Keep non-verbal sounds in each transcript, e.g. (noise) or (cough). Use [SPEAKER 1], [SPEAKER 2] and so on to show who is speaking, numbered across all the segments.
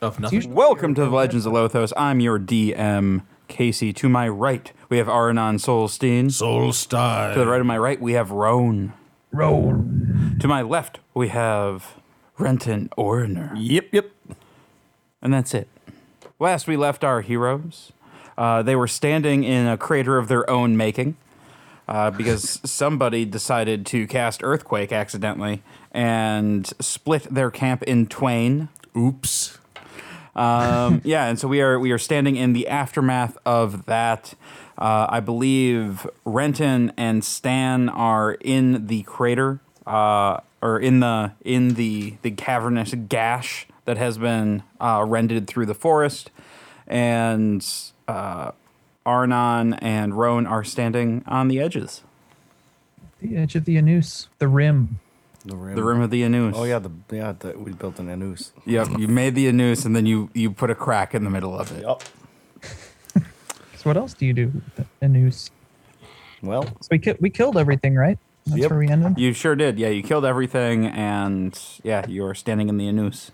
[SPEAKER 1] Of nothing.
[SPEAKER 2] Welcome to the Legends of Lothos. I'm your DM, Casey. To my right, we have Aranon Solstein.
[SPEAKER 1] Soul style.
[SPEAKER 2] To the right of my right, we have Roan. Roan. To my left, we have Renton Orner.
[SPEAKER 1] Yep, yep.
[SPEAKER 2] And that's it. Last we left our heroes, uh, they were standing in a crater of their own making uh, because somebody decided to cast Earthquake accidentally and split their camp in twain.
[SPEAKER 1] Oops.
[SPEAKER 2] Um, (laughs) yeah, and so we are we are standing in the aftermath of that. Uh, I believe Renton and Stan are in the crater, uh, or in the in the the cavernous gash that has been uh, rendered through the forest, and uh, Arnon and Roan are standing on the edges,
[SPEAKER 3] The edge of the Anus, the rim.
[SPEAKER 4] The rim.
[SPEAKER 2] the rim of the Anus.
[SPEAKER 4] Oh yeah, the yeah, the, we built an anus.
[SPEAKER 2] Yep, you made the Anus, and then you you put a crack in the middle of it.
[SPEAKER 4] Yup.
[SPEAKER 3] So what else do you do with the Anus?
[SPEAKER 4] Well,
[SPEAKER 3] So we ki- we killed everything, right? That's
[SPEAKER 4] Yep.
[SPEAKER 3] where we ended.
[SPEAKER 2] You sure did. Yeah, you killed everything, and yeah, you are standing in the Anus.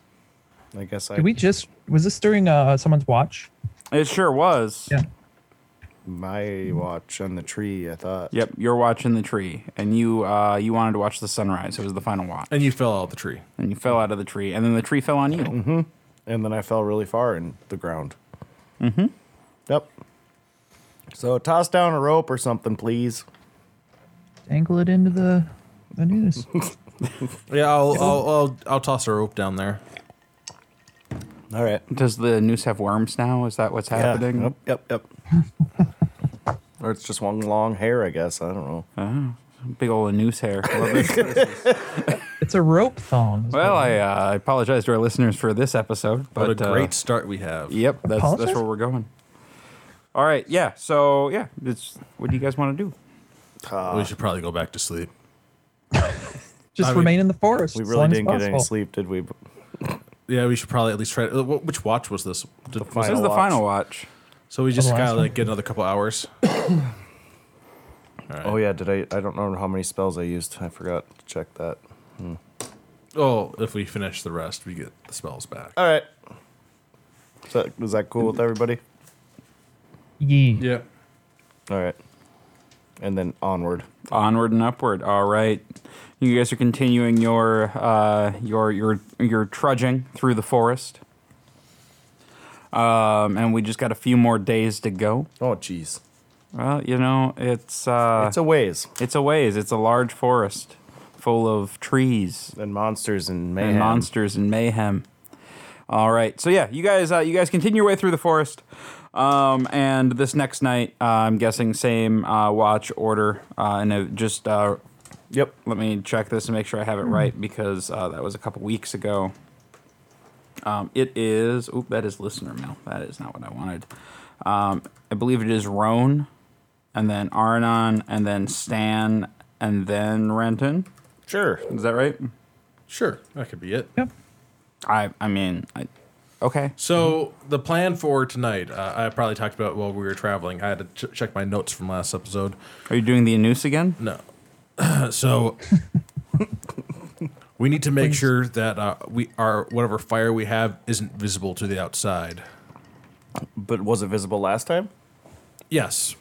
[SPEAKER 4] I guess I
[SPEAKER 3] Did we just was this during uh, someone's watch?
[SPEAKER 2] It sure was.
[SPEAKER 3] Yeah.
[SPEAKER 4] my watch on the tree. I thought.
[SPEAKER 2] Yep, you're watching the tree, and you uh, you wanted to watch the sunrise. It was the final watch,
[SPEAKER 1] And you fell out of the tree.
[SPEAKER 2] and you fell out of the tree, and then the tree fell on you.
[SPEAKER 4] And then I fell really far in the ground. Mm-hmm. Yep. So toss down a rope or something, please.
[SPEAKER 3] Angle it into the
[SPEAKER 4] (laughs)
[SPEAKER 3] Anus.
[SPEAKER 1] Yeah, I'll, I'll, I'll, I'll toss a rope down there.
[SPEAKER 4] All right.
[SPEAKER 2] Does the noose have worms now? Is that what's happening?
[SPEAKER 4] Yep. Yep. Yep. or it's just one long hair, I guess. I don't know.
[SPEAKER 2] Big old noose hair. (laughs) Love it.
[SPEAKER 3] it's a rope thong. is what
[SPEAKER 2] well, I uh, apologize to our listeners for this episode, but
[SPEAKER 1] What a great
[SPEAKER 2] Uh,
[SPEAKER 1] start we have.
[SPEAKER 2] yep, that's that's
[SPEAKER 3] Apologize?
[SPEAKER 2] where we're going. All right, yeah. So yeah, it's what do you guys want to do?
[SPEAKER 1] We should probably go back to sleep. I
[SPEAKER 3] Just
[SPEAKER 1] mean,
[SPEAKER 3] remain in the forest.
[SPEAKER 4] We
[SPEAKER 3] as
[SPEAKER 4] really
[SPEAKER 3] long as
[SPEAKER 4] didn't get any
[SPEAKER 3] possible.
[SPEAKER 4] sleep, did we?
[SPEAKER 1] Yeah, we should probably at least try. uh, wh- Which watch was this? Did- was
[SPEAKER 2] This
[SPEAKER 4] Final
[SPEAKER 2] is the
[SPEAKER 4] watch.
[SPEAKER 2] final watch.
[SPEAKER 1] So we just
[SPEAKER 3] The last
[SPEAKER 1] gotta
[SPEAKER 3] one?
[SPEAKER 1] like get another couple (laughs) hours.
[SPEAKER 4] Oh yeah. Did I? I don't know how many spells I used. I forgot to check that.
[SPEAKER 1] Oh, if we finish the rest, we get the spells back.
[SPEAKER 4] All right. Is that, is that cool with everybody?
[SPEAKER 3] Yee.
[SPEAKER 1] Yeah.
[SPEAKER 4] All right. And then onward.
[SPEAKER 2] Onward and upward. All right, you guys are continuing your uh, your your your trudging through the forest, um, and we just got a few more days to go.
[SPEAKER 4] Oh, jeez.
[SPEAKER 2] Well, you know, it's uh,
[SPEAKER 4] It's a ways.
[SPEAKER 2] it's a ways. It's a large forest full of trees
[SPEAKER 4] And monsters and mayhem.
[SPEAKER 2] and monsters and mayhem. All right, so yeah, you guys, uh, you guys continue your way through the forest, um, and this next night, uh, I'm guessing same uh, watch order, uh, and it just uh,
[SPEAKER 4] Yep.
[SPEAKER 2] let me check this and make sure I have it right because uh, that was a couple weeks ago. Um, it is. Oop, that is listener mail. That is not what I wanted. Um, I believe it is Roan, and then Arnon, and then Stan, and then Renton.
[SPEAKER 4] Sure.
[SPEAKER 2] Is that right?
[SPEAKER 1] Sure, that could be it.
[SPEAKER 3] Yep.
[SPEAKER 2] I. I mean. I, okay.
[SPEAKER 1] So the plan for tonight, uh, I probably talked about while we were traveling. I had to ch- check my notes from last episode.
[SPEAKER 2] Are you doing the Anus again?
[SPEAKER 1] No, (clears throat) so (laughs) we need to make sure that uh, we our whatever fire we have isn't visible to the outside.
[SPEAKER 4] But was it visible last time?
[SPEAKER 1] Yes,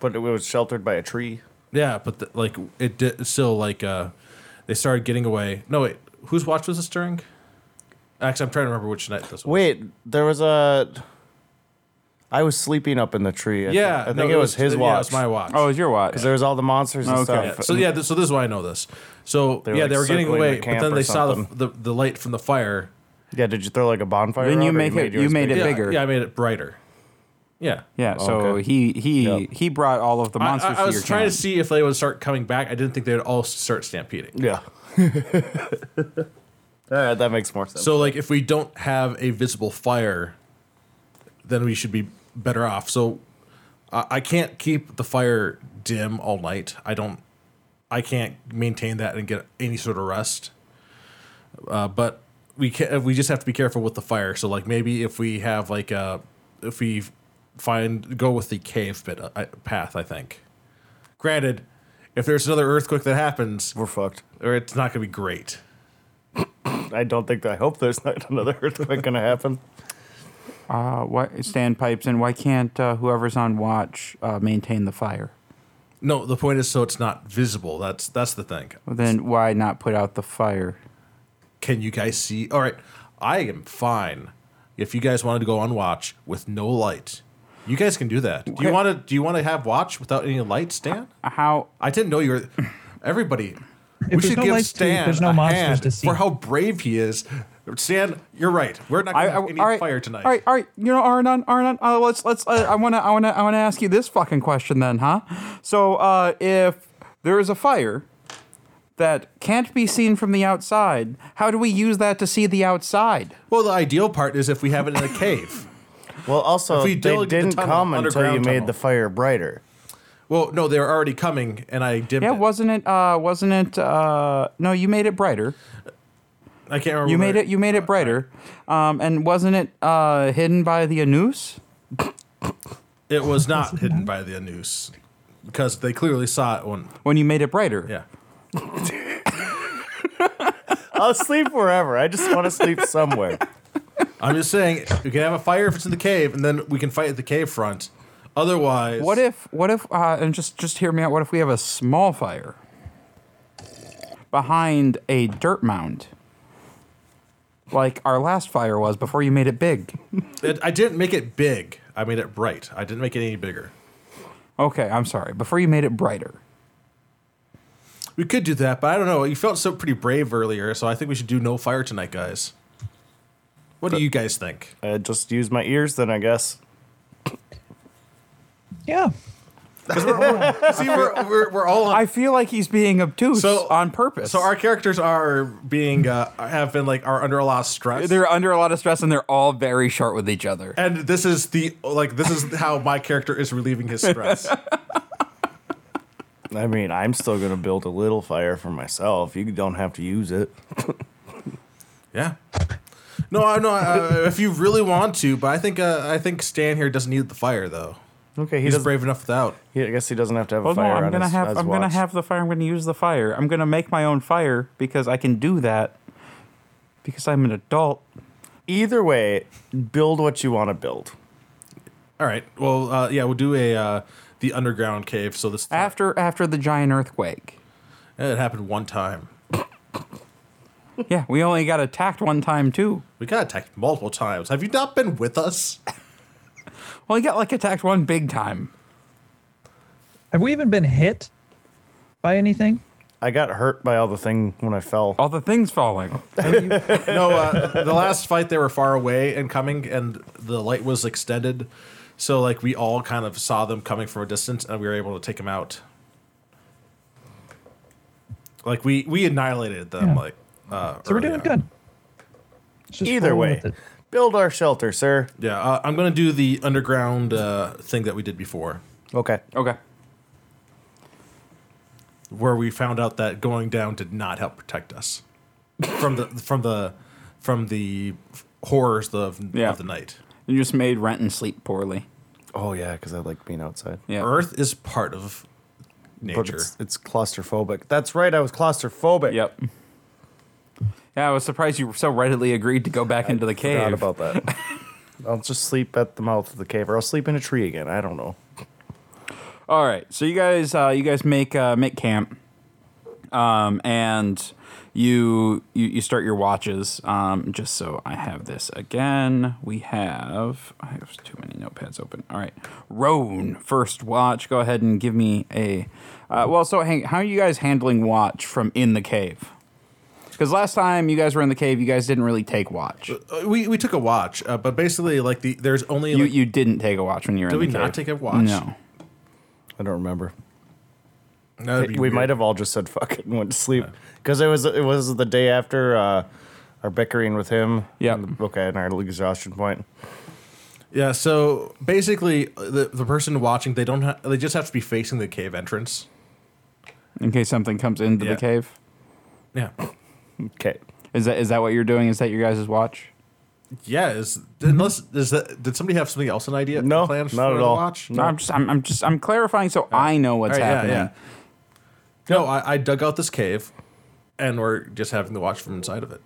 [SPEAKER 4] But it was sheltered by a tree.
[SPEAKER 1] yeah, but the, like it did still like uh, they started getting away. No wait, whose watch was this during? Actually, I'm trying to remember which night this was.
[SPEAKER 4] Wait, there was a. I was sleeping up in the tree. I thi-
[SPEAKER 1] yeah,
[SPEAKER 4] I think
[SPEAKER 1] no,
[SPEAKER 4] it was his watch.
[SPEAKER 1] Yeah, it was my watch.
[SPEAKER 2] Oh, it's your watch.
[SPEAKER 4] Because there was all the monsters and
[SPEAKER 2] Okay.
[SPEAKER 4] stuff.
[SPEAKER 1] Yeah, So yeah, th- so this is why I know this. So
[SPEAKER 4] were,
[SPEAKER 1] yeah,
[SPEAKER 4] like,
[SPEAKER 1] they were getting
[SPEAKER 4] circling the
[SPEAKER 1] away, but
[SPEAKER 4] camp
[SPEAKER 1] then
[SPEAKER 4] or
[SPEAKER 1] they saw
[SPEAKER 4] something.
[SPEAKER 1] the, the the light from the fire.
[SPEAKER 4] Yeah, did you throw like a bonfire?
[SPEAKER 2] Then you
[SPEAKER 4] out, or
[SPEAKER 2] make it- you
[SPEAKER 4] yours
[SPEAKER 2] made it
[SPEAKER 4] big?
[SPEAKER 1] Yeah,
[SPEAKER 2] bigger.
[SPEAKER 1] Yeah, I made it brighter. Yeah.
[SPEAKER 2] yeah. So
[SPEAKER 4] Okay.
[SPEAKER 2] he he
[SPEAKER 4] Yep.
[SPEAKER 2] he brought all of the
[SPEAKER 1] Oh, I-
[SPEAKER 2] monsters
[SPEAKER 1] I, I
[SPEAKER 2] to
[SPEAKER 1] was
[SPEAKER 2] your
[SPEAKER 1] trying
[SPEAKER 2] camp.
[SPEAKER 1] to see if they would start coming back. I didn't think they'd all start stampeding.
[SPEAKER 4] Yeah. all right, that makes more sense.
[SPEAKER 1] So like, if we don't have a visible fire, then we should be better off. So I, I can't keep the fire dim all night. I don't. I can't maintain that and get any sort of rest. Uh, but we can. We just have to be careful with the fire. So like, maybe if we have like a, if we find go with the cave bit uh, path, I think. Granted, if there's another earthquake that happens,
[SPEAKER 4] we're fucked.
[SPEAKER 1] or it's not going to be great.
[SPEAKER 4] I don't think. I hope there's not another (laughs) earthquake gonna happen.
[SPEAKER 2] Uh, why Stan pipes in? Why can't uh, whoever's on watch uh, maintain the fire?
[SPEAKER 1] No, the point is so it's not visible. That's that's the thing.
[SPEAKER 2] Well, then why not put out the fire?
[SPEAKER 1] Can you guys see? All right, I am fine. If you guys wanted to go on watch with no light, you guys can do that. Do you
[SPEAKER 2] Okay.
[SPEAKER 1] want to? Do you want to have watch without any light, Stan?
[SPEAKER 2] How?
[SPEAKER 1] I didn't know you were. Everybody, we
[SPEAKER 3] there's
[SPEAKER 1] should
[SPEAKER 3] no
[SPEAKER 1] give
[SPEAKER 3] lights to-
[SPEAKER 1] Stan
[SPEAKER 3] there's no
[SPEAKER 1] a
[SPEAKER 3] monsters
[SPEAKER 1] hand
[SPEAKER 3] to see.
[SPEAKER 1] for how brave he is. Stan, you're right. We're not
[SPEAKER 2] I,
[SPEAKER 1] going to
[SPEAKER 2] I,
[SPEAKER 1] have any
[SPEAKER 2] all right,
[SPEAKER 1] fire tonight.
[SPEAKER 2] All right, all right. You know, Arnon, Arnon. Uh, let's let's. Uh, I wanna, I wanna, I wanna ask you this fucking question then, huh? So, uh, if there is a fire that can't be seen from the outside, how do we use that to see the outside?
[SPEAKER 1] Well, the ideal part is if we have it in a cave.
[SPEAKER 4] Well, also
[SPEAKER 1] If we
[SPEAKER 4] they
[SPEAKER 1] dig the
[SPEAKER 4] didn't
[SPEAKER 1] tunnel,
[SPEAKER 4] come until you
[SPEAKER 1] underground
[SPEAKER 4] made
[SPEAKER 1] tunnel.
[SPEAKER 4] the fire brighter.
[SPEAKER 1] Well, no, they were already coming, and I dimmed.
[SPEAKER 2] Yeah,
[SPEAKER 1] it.
[SPEAKER 2] wasn't it? Uh, wasn't it? Uh, no, you made it brighter.
[SPEAKER 1] I can't remember.
[SPEAKER 2] You made
[SPEAKER 1] where-
[SPEAKER 2] it. You made it brighter. Um, and wasn't it uh, hidden by the anus?
[SPEAKER 1] It was not hidden by the noose because they clearly saw it when.
[SPEAKER 2] when you made it brighter?
[SPEAKER 1] Yeah.
[SPEAKER 4] I'll sleep wherever. I just want to sleep somewhere.
[SPEAKER 1] I'm just saying, we can have a fire if it's in the cave, and then we can fight at the cave front. Otherwise,
[SPEAKER 2] What if? What if? Uh, and just just hear me out. What if we have a small fire behind a dirt mound, like our last fire was before you made it big?
[SPEAKER 1] It, I didn't make it big. I made it bright. I didn't make it any bigger.
[SPEAKER 2] Okay, I'm sorry. Before you made it brighter.
[SPEAKER 1] We could do that, but I don't know. You felt so pretty brave earlier, so I think we should do no fire tonight, guys. What do you guys think?
[SPEAKER 4] I just use my ears then, I guess.
[SPEAKER 3] Yeah.
[SPEAKER 1] See, we're, we're, we're all on.
[SPEAKER 2] I feel like he's being obtuse
[SPEAKER 1] So-
[SPEAKER 2] on purpose.
[SPEAKER 1] so our characters are being uh, have been like are under a lot of stress.
[SPEAKER 2] they're under a lot of stress and they're all very short with each other.
[SPEAKER 1] and this is the like this is how my character is relieving his
[SPEAKER 2] (laughs)
[SPEAKER 1] stress.
[SPEAKER 4] I mean, I'm still gonna build a little fire for myself. You don't have to use it.
[SPEAKER 1] yeah. No, I no. Uh, if you really want to, but I think uh, I think Stan here doesn't need the fire though.
[SPEAKER 4] Okay, he
[SPEAKER 1] He's
[SPEAKER 4] doesn't.
[SPEAKER 1] brave enough without.
[SPEAKER 4] He, I guess he doesn't have to have
[SPEAKER 2] Well,
[SPEAKER 4] a
[SPEAKER 2] no,
[SPEAKER 4] fire.
[SPEAKER 2] I'm
[SPEAKER 4] on
[SPEAKER 2] gonna
[SPEAKER 4] his-
[SPEAKER 2] have
[SPEAKER 4] his
[SPEAKER 2] I'm gonna
[SPEAKER 4] watch.
[SPEAKER 2] have the fire. I'm gonna use the fire. I'm gonna make my own fire because I can do that because I'm an adult.
[SPEAKER 4] Either way, build what you want to build.
[SPEAKER 1] All right. Well, uh, yeah, we'll do a uh, the underground cave. So this
[SPEAKER 2] After after the giant earthquake,
[SPEAKER 1] it happened one time.
[SPEAKER 2] yeah, we only got attacked one time too.
[SPEAKER 1] We got attacked multiple times. Have you not been with us?
[SPEAKER 2] Well, we got like attacked one big time.
[SPEAKER 3] Have we even been hit by anything?
[SPEAKER 4] I got hurt by all the thing when I fell.
[SPEAKER 2] All the things falling.
[SPEAKER 1] (laughs) no, uh, the last fight they were far away and coming, and the light was extended, so like we all kind of saw them coming from a distance, and we were able to take them out. Like we we annihilated them.
[SPEAKER 3] Yeah.
[SPEAKER 1] Like uh,
[SPEAKER 3] So we're
[SPEAKER 1] early on.
[SPEAKER 3] doing good. Let's just
[SPEAKER 4] Either
[SPEAKER 3] roll
[SPEAKER 4] way,
[SPEAKER 3] with it.
[SPEAKER 4] build our shelter, sir.
[SPEAKER 1] Yeah, uh, I'm gonna do the underground uh, thing that we did before,
[SPEAKER 4] Okay.
[SPEAKER 2] Okay.
[SPEAKER 1] where we found out that going down did not help protect us from the from the from the horrors of,
[SPEAKER 2] Yeah.
[SPEAKER 1] of the night.
[SPEAKER 2] You just made rent and sleep poorly.
[SPEAKER 4] Oh yeah, because I like being outside.
[SPEAKER 2] Yeah.
[SPEAKER 1] Earth is part of
[SPEAKER 4] But
[SPEAKER 1] nature.
[SPEAKER 4] it's, it's claustrophobic. That's right. I was claustrophobic.
[SPEAKER 2] Yep. Yeah, I was surprised you so readily agreed to go back into the
[SPEAKER 4] Forgot
[SPEAKER 2] cave.
[SPEAKER 4] about that. (laughs) I'll just sleep at the mouth of the cave, or I'll sleep in a tree again. I don't know.
[SPEAKER 2] All right, so you guys, uh, you guys make uh, make camp, um, and you, you you start your watches. Um, just so I have this again, we have I have too many notepads open. All right, Roan, first watch. Go ahead and give me a. Uh, well, so hang, how are you guys handling watch from in the cave? Because last time you guys were in the cave, you guys didn't really take watch.
[SPEAKER 1] Uh, we we took a watch, uh, but basically, like the there's only
[SPEAKER 2] You
[SPEAKER 1] like,
[SPEAKER 2] you didn't take a watch when you were
[SPEAKER 1] did
[SPEAKER 2] in the
[SPEAKER 1] we
[SPEAKER 2] cave.
[SPEAKER 1] not take a watch?
[SPEAKER 2] No.
[SPEAKER 4] I don't remember.
[SPEAKER 1] That would be
[SPEAKER 4] we might
[SPEAKER 1] weird.
[SPEAKER 4] have all just said fuck it and went to sleep because it was it was the day after uh, our bickering with him.
[SPEAKER 2] Yep.
[SPEAKER 4] and the- Okay, and our exhaustion point.
[SPEAKER 1] Yeah. So basically, uh, the the person watching they don't ha- they just have to be facing the cave entrance.
[SPEAKER 2] In case something comes into
[SPEAKER 1] Yeah.
[SPEAKER 2] the cave.
[SPEAKER 4] (coughs)
[SPEAKER 1] Yeah.
[SPEAKER 4] Okay.
[SPEAKER 2] Is that is that what you're doing? Is that your guys' watch?
[SPEAKER 1] Yeah. Is unless is that did somebody have something else an idea?
[SPEAKER 4] No,
[SPEAKER 1] planned
[SPEAKER 4] not
[SPEAKER 1] for
[SPEAKER 4] at
[SPEAKER 1] the
[SPEAKER 4] all.
[SPEAKER 1] Watch?
[SPEAKER 2] No, I'm just I'm, I'm just I'm clarifying so I know what's
[SPEAKER 1] All right,
[SPEAKER 2] happening.
[SPEAKER 1] Yeah, yeah. No, I, I dug out this cave, and we're just having the watch from inside of it.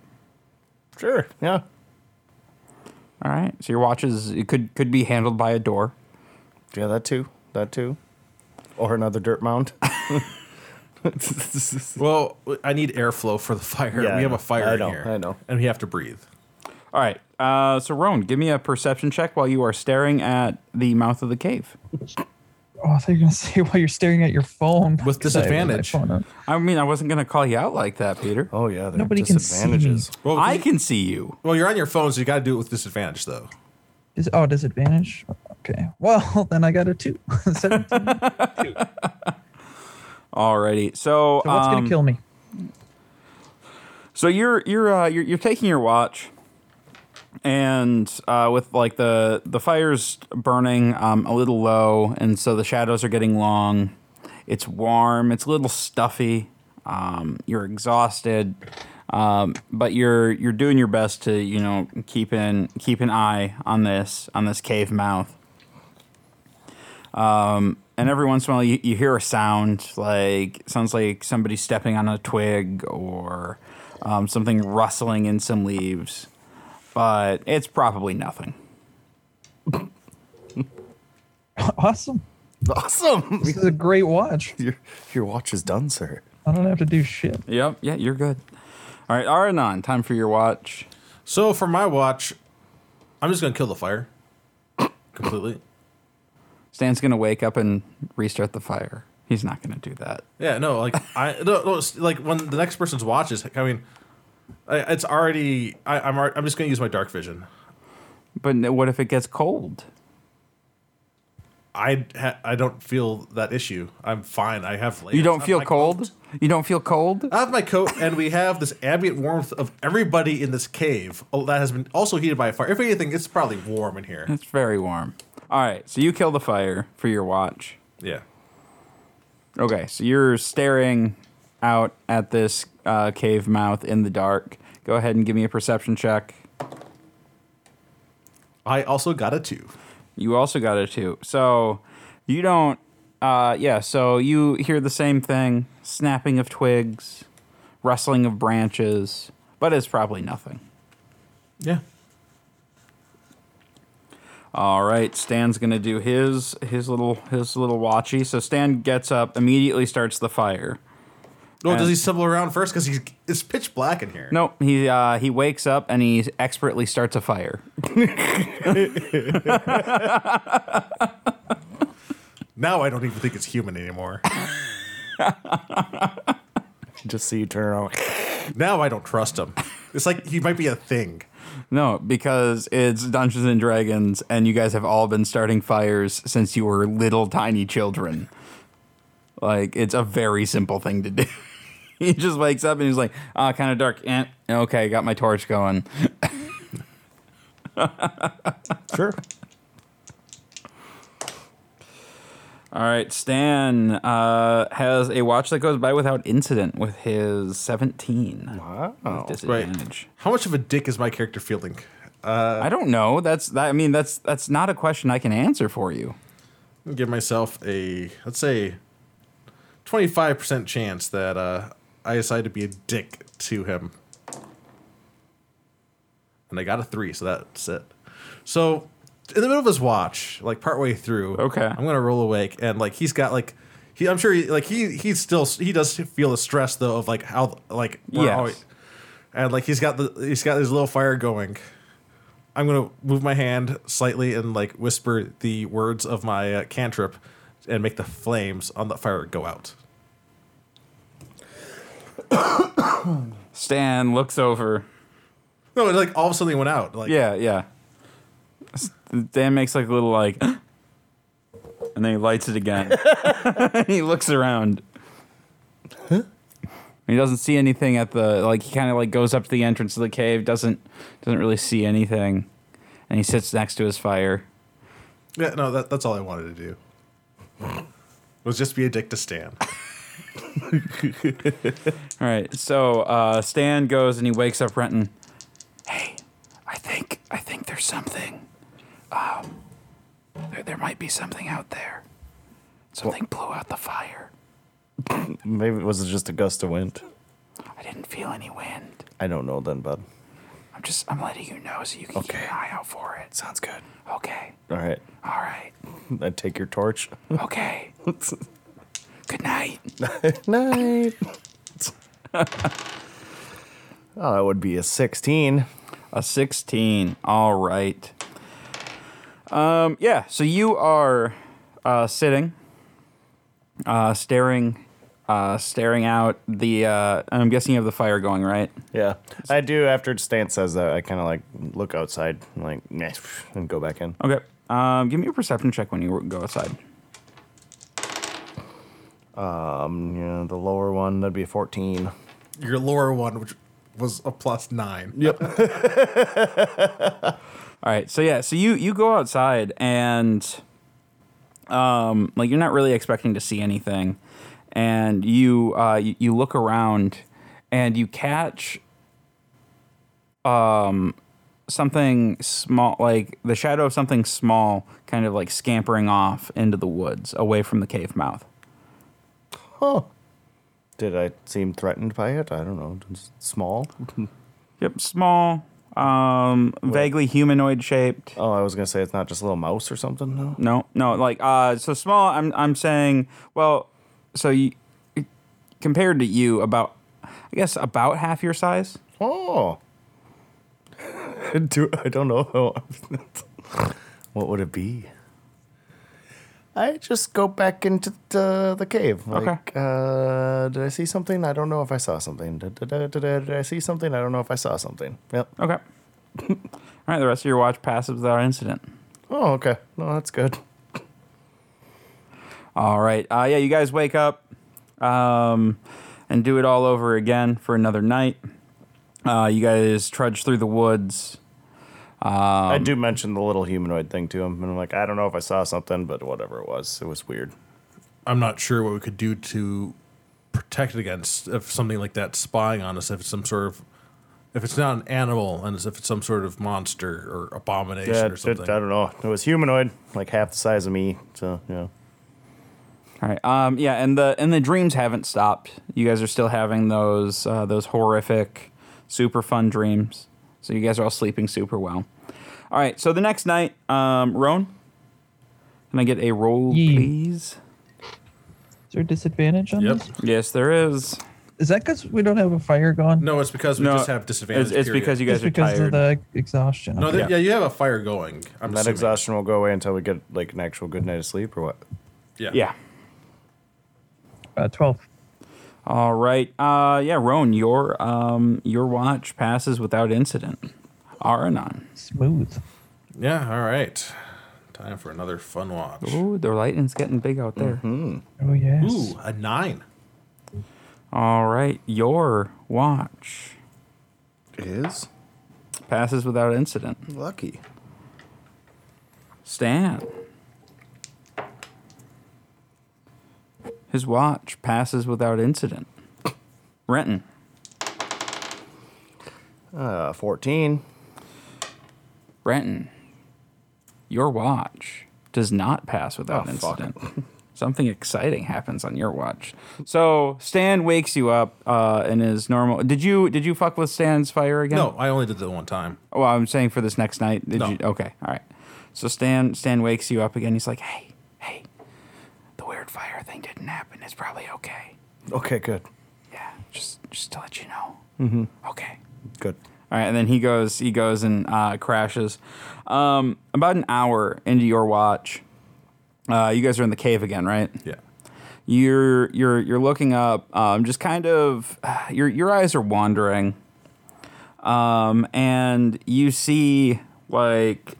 [SPEAKER 4] Sure. Yeah.
[SPEAKER 2] All right. So your watch is it could could be handled by a door.
[SPEAKER 4] Yeah, that too. That too. Or another
[SPEAKER 3] (laughs)
[SPEAKER 4] dirt mound.
[SPEAKER 1] Well, I need airflow for the fire.
[SPEAKER 4] Yeah, I
[SPEAKER 1] we have
[SPEAKER 4] know.
[SPEAKER 1] a fire
[SPEAKER 4] I
[SPEAKER 1] in
[SPEAKER 4] know,
[SPEAKER 1] here.
[SPEAKER 4] I know.
[SPEAKER 1] And we have to breathe.
[SPEAKER 2] All right. Uh, so Roan, give me a perception check while you are staring at the mouth of the cave.
[SPEAKER 3] Oh, I thought you were gonna (laughs) say while you're staring at your phone
[SPEAKER 1] With
[SPEAKER 3] 'Cause I have my
[SPEAKER 1] disadvantage.
[SPEAKER 3] phone up.
[SPEAKER 2] I mean, I wasn't gonna call you out like that, Peter.
[SPEAKER 4] oh yeah, there
[SPEAKER 3] Nobody can see me.
[SPEAKER 4] disadvantages. (laughs)
[SPEAKER 1] Well,
[SPEAKER 2] I can see you.
[SPEAKER 1] well, you're on your phone, so you got to do it with disadvantage, though.
[SPEAKER 3] Dis- oh, disadvantage. Okay. Well, (laughs) then I got a two. Seventeen.
[SPEAKER 2] Alrighty. So,
[SPEAKER 3] So what's
[SPEAKER 2] um,
[SPEAKER 3] gonna kill me? (laughs)
[SPEAKER 2] So you're you're uh, you're, you're taking your watch, and uh, with like the the fires burning um, a little low, and so the shadows are getting long. It's warm. It's a little stuffy. Um, you're exhausted, um, but you're you're doing your best to you know keep an keep an eye on this on this cave mouth. Um, and every once in a while, you, you hear a sound like sounds like somebody stepping on a twig or um, something rustling in some leaves, but it's probably nothing.
[SPEAKER 3] Awesome.
[SPEAKER 4] Awesome.
[SPEAKER 3] This is a great watch.
[SPEAKER 4] your your watch is done, sir.
[SPEAKER 3] I don't have to do shit.
[SPEAKER 2] Yep. Yeah, you're good. All right, Aranon, time for your watch.
[SPEAKER 1] So for my watch, I'm just going to kill the fire (coughs) completely.
[SPEAKER 2] Stan's gonna wake up and restart the fire. He's not gonna do that.
[SPEAKER 1] Yeah, no,
[SPEAKER 2] (laughs)
[SPEAKER 1] like I no, no it's like when the next person's watch is. I mean, I, it's already. I, I'm alre- I'm just gonna use my dark vision.
[SPEAKER 2] But n- what if it gets cold?
[SPEAKER 1] I ha- I don't feel that issue. I'm fine. I have layers.
[SPEAKER 2] You
[SPEAKER 1] I
[SPEAKER 2] don't
[SPEAKER 1] have
[SPEAKER 2] feel
[SPEAKER 1] my
[SPEAKER 2] cold.
[SPEAKER 1] coat.
[SPEAKER 2] You don't feel cold.
[SPEAKER 1] I have my coat, and we have this ambient warmth of everybody in this cave oh, that has been also heated by a fire. If anything, it's probably warm in here.
[SPEAKER 2] It's very warm. All right, so you kill the fire for your watch.
[SPEAKER 1] Yeah.
[SPEAKER 2] Okay, so you're staring out at this uh, cave mouth in the dark. Go ahead and give me a perception check.
[SPEAKER 1] I also got a two.
[SPEAKER 2] You also got a two. So you don't. Uh, yeah, so you hear the same thing snapping of twigs, rustling of branches, but it's probably nothing.
[SPEAKER 1] Yeah.
[SPEAKER 2] All right, Stan's gonna do his his little his little watchy. So Stan gets up, immediately starts the fire.
[SPEAKER 1] No, Oh,
[SPEAKER 2] And-
[SPEAKER 1] does he stumble around first? Because he's it's pitch black in here.
[SPEAKER 2] Nope, he uh, he wakes up and he expertly starts a fire.
[SPEAKER 1] Now I don't even think it's human anymore.
[SPEAKER 4] Just see you turn around. (laughs)
[SPEAKER 1] now I don't trust him. It's like he might be a thing.
[SPEAKER 2] No, because it's Dungeons and Dragons, and you guys have all been starting fires since you were little tiny children. Like it's a very simple thing to do. (laughs) he just wakes up and he's like, "Ah, kind of dark. Eh, okay, got my torch going."
[SPEAKER 4] Sure.
[SPEAKER 2] All right, Stan uh, has a watch that goes by without incident with his seventeen
[SPEAKER 4] Wow.
[SPEAKER 2] disadvantage.
[SPEAKER 1] How much of a dick is my character feeling?
[SPEAKER 2] I don't know. That's that. I mean, that's that's not a question I can answer for you.
[SPEAKER 1] I'll Give myself a let's say twenty five percent chance that uh, I decide to be a dick to him, and I got a three, so that's it. So in the middle of his watch, like partway through,
[SPEAKER 2] Okay.
[SPEAKER 1] I'm gonna roll awake, and like he's got like. He, I'm sure, he, like he, he's still he does feel the stress though of like how like we're
[SPEAKER 2] Yes.
[SPEAKER 1] always- and like he's got the he's got his little fire going. I'm gonna move my hand slightly and like whisper the words of my uh, cantrip, and make the flames on the fire go out.
[SPEAKER 2] Stan looks over.
[SPEAKER 1] No, it, like all of a sudden they went out. Like
[SPEAKER 2] Yeah, yeah. S- Dan makes like a little like, (gasps) and then he lights it again. (laughs) he looks around. He doesn't see anything at the like. He kind of like goes up to the entrance of the cave. Doesn't doesn't really see anything, and he sits next to his fire.
[SPEAKER 1] yeah, no, that, that's all I wanted to do. Was just be a dick to Stan.
[SPEAKER 2] All right, so uh, Stan goes and he wakes up Renton. Hey, I think I think there's something. Um, there, there might be something out there. Something blew out the fire.
[SPEAKER 4] Maybe it was just a gust of wind.
[SPEAKER 2] I didn't feel any wind.
[SPEAKER 4] I don't know then, bud.
[SPEAKER 2] I'm just I'm letting you know so you can keep
[SPEAKER 4] Okay.
[SPEAKER 2] an eye out for it.
[SPEAKER 4] Sounds good.
[SPEAKER 2] Okay.
[SPEAKER 4] All right.
[SPEAKER 2] All right.
[SPEAKER 4] Then take your torch. (laughs)
[SPEAKER 2] (laughs) Okay. Good night.
[SPEAKER 4] Night. (laughs) oh, that would be a 16.
[SPEAKER 2] A 16. All right. Um, yeah, so you are uh, sitting, uh, staring, uh, staring out the. Uh, I'm guessing you have the fire going, right?
[SPEAKER 4] Yeah. I do, after Stan says that, I kind of like look outside and like, nah, and go back in.
[SPEAKER 2] Okay. Um, give me a perception check when you go outside.
[SPEAKER 4] Yeah, the lower one, that'd be a 14.
[SPEAKER 1] Your lower one, which was a plus nine.
[SPEAKER 2] All right. So yeah, so you you go outside and um like you're not really expecting to see anything and you uh you, you look around and you catch um something small like the shadow of something small kind of like scampering off into the woods away from the cave mouth.
[SPEAKER 4] Did I seem threatened by it? I don't know. It's small.
[SPEAKER 2] Yep, small um vaguely humanoid shaped.
[SPEAKER 4] Oh, I was going to say it's not just a little mouse or something, no?
[SPEAKER 2] No, no, like uh, so small. I'm I'm saying, well, so you compared to you about, I guess about half your size.
[SPEAKER 4] Oh. (laughs) Do, I don't know. (laughs) what would it be? I just go back into the, the cave.
[SPEAKER 2] Okay.
[SPEAKER 4] Like, uh, did I see something? I don't know if I saw something. Da, da, da, da, da, Did I see something? I don't know if I saw something. Yep.
[SPEAKER 2] Okay. (laughs) All right, the rest of your watch passes without incident.
[SPEAKER 4] Oh, okay. No, that's good.
[SPEAKER 2] All right. Uh, yeah, you guys wake up um, and do it all over again for another night. Uh, you guys trudge through the woods.
[SPEAKER 4] I do mention the little humanoid thing to him, and I'm like, I don't know if I saw something, but whatever it was, it was weird.
[SPEAKER 1] I'm not sure what we could do to protect it against if something like that spying on us. If it's some sort of, if it's not an animal, and if it's some sort of monster or abomination
[SPEAKER 4] Yeah,
[SPEAKER 1] or
[SPEAKER 4] it- it-
[SPEAKER 1] something.
[SPEAKER 4] I don't know. It was humanoid, like half the size of me. So yeah,
[SPEAKER 2] All right. Um, yeah, and the and the dreams haven't stopped. You guys are still having those uh, those horrific, super fun dreams. So you guys are all sleeping super well. All right. So the next night, um, Roan, can I get a roll,
[SPEAKER 3] Yee.
[SPEAKER 2] please?
[SPEAKER 3] Is there a disadvantage on
[SPEAKER 1] Yep.
[SPEAKER 3] this?
[SPEAKER 2] Yes, there is.
[SPEAKER 3] Is that because we don't have a fire going?
[SPEAKER 1] No, it's because we just have disadvantage.
[SPEAKER 2] It's, it's
[SPEAKER 1] period.
[SPEAKER 2] because you guys
[SPEAKER 3] Just
[SPEAKER 2] are
[SPEAKER 3] because
[SPEAKER 2] tired.
[SPEAKER 3] of the exhaustion.
[SPEAKER 1] No,
[SPEAKER 2] Yeah.
[SPEAKER 1] that, yeah. you have a fire going. I'm
[SPEAKER 4] that
[SPEAKER 1] assuming.
[SPEAKER 4] exhaustion will go away until we get like an actual good night of sleep or what?
[SPEAKER 1] Yeah.
[SPEAKER 2] yeah.
[SPEAKER 3] Uh, 12.
[SPEAKER 2] All right. Uh, yeah, Roan, your um, your watch passes without incident. Aranon.
[SPEAKER 3] Smooth.
[SPEAKER 1] Yeah. All right. Time for another fun watch.
[SPEAKER 2] Ooh, the lightning's getting big out there.
[SPEAKER 1] Mm-hmm.
[SPEAKER 3] Oh, yes.
[SPEAKER 1] Ooh, a nine.
[SPEAKER 2] All right, your watch.
[SPEAKER 4] Is
[SPEAKER 2] passes without incident.
[SPEAKER 4] lucky.
[SPEAKER 2] Stan. His watch passes without incident. Renton.
[SPEAKER 4] Uh, fourteen.
[SPEAKER 2] Renton. Your watch does not pass without
[SPEAKER 4] Oh, fuck.
[SPEAKER 2] incident. Something exciting happens on your watch. So Stan wakes you up uh, in his normal. Did you did you fuck with Stan's fire again?
[SPEAKER 1] No, I only did that one time.
[SPEAKER 2] Well, I'm saying for this next night. Did
[SPEAKER 1] No.
[SPEAKER 2] you? Okay. All right. So Stan Stan wakes you up again. He's like, "Hey, hey, the weird fire thing didn't happen. It's probably okay.
[SPEAKER 4] Okay, good,
[SPEAKER 2] Yeah, just just to let you know. Mm-hmm. Okay.
[SPEAKER 4] good.
[SPEAKER 2] All right, and then he goes he goes and uh, crashes. Um, about an hour into your watch, uh, you guys are in the cave again, right?
[SPEAKER 1] Yeah.
[SPEAKER 2] you're you're you're looking up um, just kind of (sighs) your your eyes are wandering um, and you see like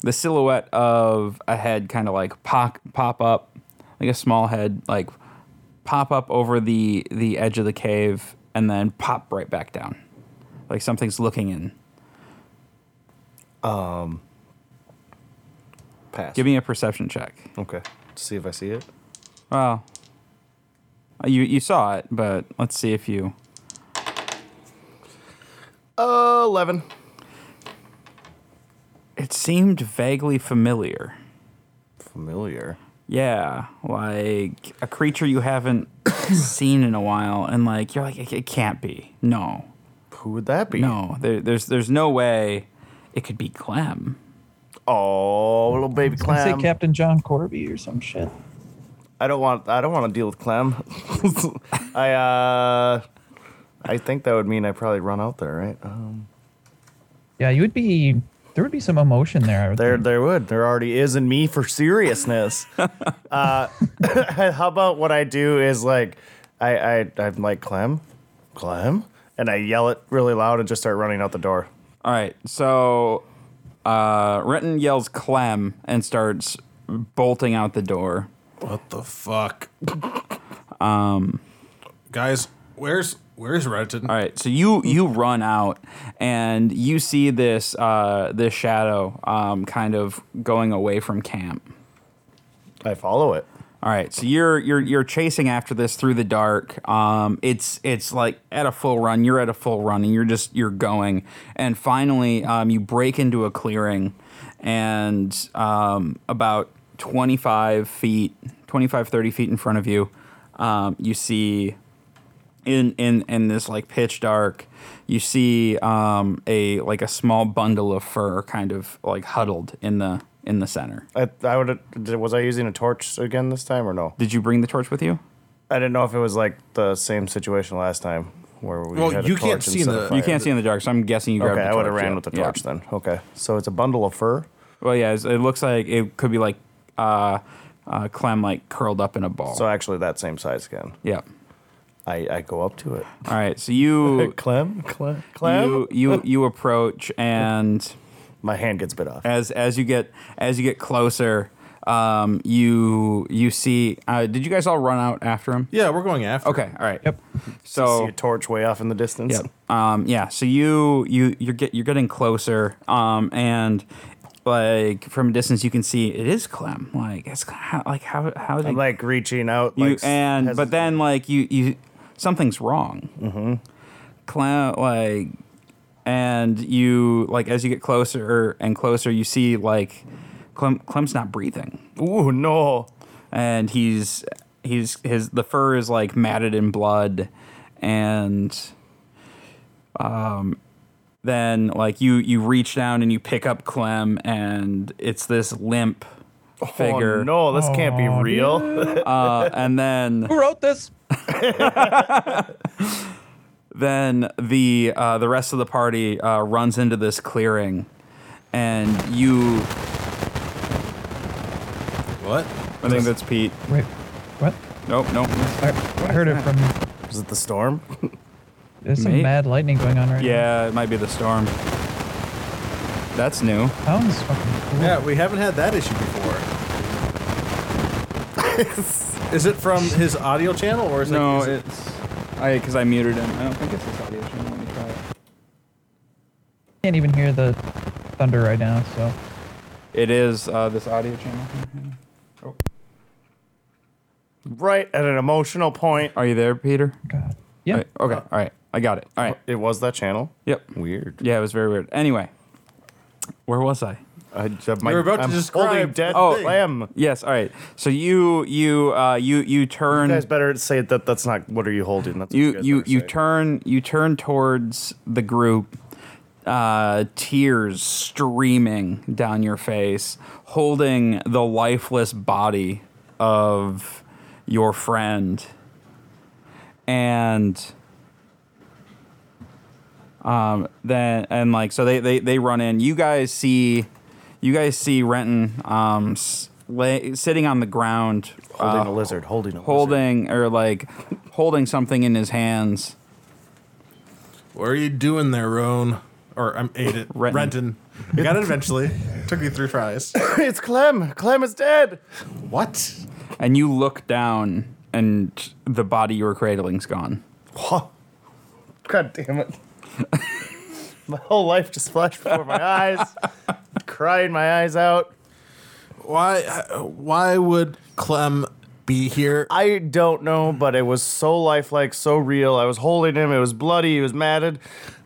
[SPEAKER 2] the silhouette of a head kind of like pop pop up like a small head like pop up over the the edge of the cave and then pop right back down like something's looking in
[SPEAKER 4] Pass.
[SPEAKER 2] give me a perception check
[SPEAKER 4] Okay, to see if I see it.
[SPEAKER 2] well you you saw it but let's see if you
[SPEAKER 4] Uh, Eleven.
[SPEAKER 2] it seemed vaguely familiar
[SPEAKER 4] Familiar.
[SPEAKER 2] Yeah, like a (coughs) creature you haven't seen in a while, and like you're like, it, it can't be. No,
[SPEAKER 4] Who would that be?
[SPEAKER 2] No, there, there's there's no way it could be Clem.
[SPEAKER 4] Oh, little baby
[SPEAKER 3] I say
[SPEAKER 4] Clem.
[SPEAKER 3] Captain John Corby or some shit.
[SPEAKER 4] I don't want. I don't want to deal with Clem. (laughs) I. uh I think that would mean I probably run out there, right? Um,
[SPEAKER 3] Yeah, you would be. There would be some emotion there. I would
[SPEAKER 4] there,
[SPEAKER 3] think.
[SPEAKER 4] there would. There already is in me for seriousness. uh, (coughs) how about what I do is like, I, I, I'm like Clem, Clem, and I yell it really loud and just start running out the door.
[SPEAKER 2] All right, so uh, Renton yells Clem and starts bolting out the door.
[SPEAKER 1] What the fuck? Um, guys, where's where's Renton?
[SPEAKER 2] All right, so you you run out and you see this uh, this shadow um, kind of going away from camp.
[SPEAKER 4] I follow it.
[SPEAKER 2] All right, so you're you're you're chasing after this through the dark. Um, it's it's like at a full run. You're at a full run, and you're just you're going. And finally, um, you break into a clearing, and um, about 25 feet, 25 30 feet in front of you, um, you see in in in this like pitch dark, you see um, a like a small bundle of fur kind of like huddled in the in the center.
[SPEAKER 4] I, I would. Was I using a torch again this time or no?
[SPEAKER 2] Did you bring the torch with you?
[SPEAKER 4] I didn't know if it was like the same situation last time where we.
[SPEAKER 1] Well,
[SPEAKER 4] had
[SPEAKER 1] you
[SPEAKER 4] a
[SPEAKER 1] can't
[SPEAKER 4] torch
[SPEAKER 1] see in
[SPEAKER 4] instead
[SPEAKER 1] the-
[SPEAKER 4] of
[SPEAKER 1] You
[SPEAKER 2] You
[SPEAKER 4] fire.
[SPEAKER 2] can't see in the dark, so I'm guessing you grabbed
[SPEAKER 4] Okay,
[SPEAKER 2] the
[SPEAKER 4] I
[SPEAKER 2] torch.
[SPEAKER 4] would have ran
[SPEAKER 2] yeah.
[SPEAKER 4] with the
[SPEAKER 2] Yeah.
[SPEAKER 4] torch then. Okay, so it's a bundle of fur.
[SPEAKER 2] Well, yeah, it's- it looks like it could be like uh, uh, Clem like curled up in a ball.
[SPEAKER 4] So actually, that same size again.
[SPEAKER 2] yeah.
[SPEAKER 4] I, I go up to it.
[SPEAKER 2] All right. So
[SPEAKER 4] (laughs)
[SPEAKER 2] you
[SPEAKER 4] Clem, Clem,
[SPEAKER 2] you you you approach, and
[SPEAKER 4] My hand gets bit off.
[SPEAKER 2] as as you get as you get closer, um, you you see. Uh, did you guys all run out after him?
[SPEAKER 1] Yeah, we're going after.
[SPEAKER 2] Okay. All right.
[SPEAKER 3] Yep.
[SPEAKER 2] So
[SPEAKER 4] see a torch way off in the distance.
[SPEAKER 2] Yep. Um, yeah. So you you you're get you're getting closer. Um, and like from a distance, you can see it is Clem. Like it's how, like how how did
[SPEAKER 4] I'm like reaching out.
[SPEAKER 2] you
[SPEAKER 4] like,
[SPEAKER 2] and
[SPEAKER 4] hes-
[SPEAKER 2] but then like you you something's wrong. Mm-hmm. Clem like and you like as you get closer and closer, you see like Clem Clem's not breathing
[SPEAKER 4] ooh no,
[SPEAKER 2] and he's he's his the fur is like matted in blood and um then like you you reach down and you pick up Clem and it's this limp figure
[SPEAKER 4] oh no, this can't be
[SPEAKER 3] Aw,
[SPEAKER 4] real.
[SPEAKER 2] uh, and then
[SPEAKER 3] Who wrote this?
[SPEAKER 2] then the uh, the rest of the party uh, runs into this clearing and you
[SPEAKER 1] What?
[SPEAKER 2] I think that's Pete
[SPEAKER 3] Wait, what?
[SPEAKER 2] nope nope
[SPEAKER 3] I, I heard it from.
[SPEAKER 4] (laughs) Is it the storm? (laughs)
[SPEAKER 3] There's some
[SPEAKER 2] Mate?
[SPEAKER 3] bad lightning going on right
[SPEAKER 2] yeah it might be the storm that's new
[SPEAKER 3] now. Sounds fucking cool.
[SPEAKER 1] Yeah, we haven't had that issue before. (laughs) is it from his audio channel or is
[SPEAKER 2] No,
[SPEAKER 1] it? is
[SPEAKER 2] it's I because I muted him. I don't think it's this audio channel. Let me try it.
[SPEAKER 3] Can't even hear the thunder right now. So
[SPEAKER 2] It is uh, this audio channel.
[SPEAKER 4] right at an emotional point.
[SPEAKER 2] Are you there, Peter?
[SPEAKER 3] God. Yeah.
[SPEAKER 2] All right, Okay. All right. I got it. All right.
[SPEAKER 4] It was that channel.
[SPEAKER 2] Yep.
[SPEAKER 4] Weird.
[SPEAKER 2] Yeah, it was very weird. Anyway, where was I?
[SPEAKER 4] I, uh, my,
[SPEAKER 1] were about to
[SPEAKER 4] I'm
[SPEAKER 1] describe
[SPEAKER 4] holding dead
[SPEAKER 1] the
[SPEAKER 4] oh,
[SPEAKER 1] thing.
[SPEAKER 4] lamb.
[SPEAKER 2] Yes. All right. So you you uh, you you turn
[SPEAKER 4] You guys better say that. That's not. What are you holding? That's what
[SPEAKER 2] you
[SPEAKER 4] guys
[SPEAKER 2] you,
[SPEAKER 4] better
[SPEAKER 2] you
[SPEAKER 4] say.
[SPEAKER 2] turn you turn towards the group uh, tears streaming down your face holding the lifeless body of your friend and um, then and like so they, they they run in you guys see you guys see renton um, s- lay, sitting on the ground
[SPEAKER 4] Holding a lizard. Holding a lizard.
[SPEAKER 2] uh, holding or like holding something in his hands.
[SPEAKER 1] What are you doing there, Roan? Or I'm ate it.
[SPEAKER 2] Renton.
[SPEAKER 1] Renton. I got it eventually. Took me three tries.
[SPEAKER 4] (laughs) it's Clem. Clem is dead.
[SPEAKER 1] What?
[SPEAKER 2] And you look down and the body you were cradling's gone.
[SPEAKER 4] God
[SPEAKER 2] (laughs)
[SPEAKER 4] damn it. my whole life just flashed before
[SPEAKER 2] (laughs)
[SPEAKER 4] my eyes. Crying my eyes out.
[SPEAKER 1] Why? uh, Why would Clem be here?
[SPEAKER 4] I don't know, but it was so lifelike, so real. I was holding him. It was bloody. He was matted.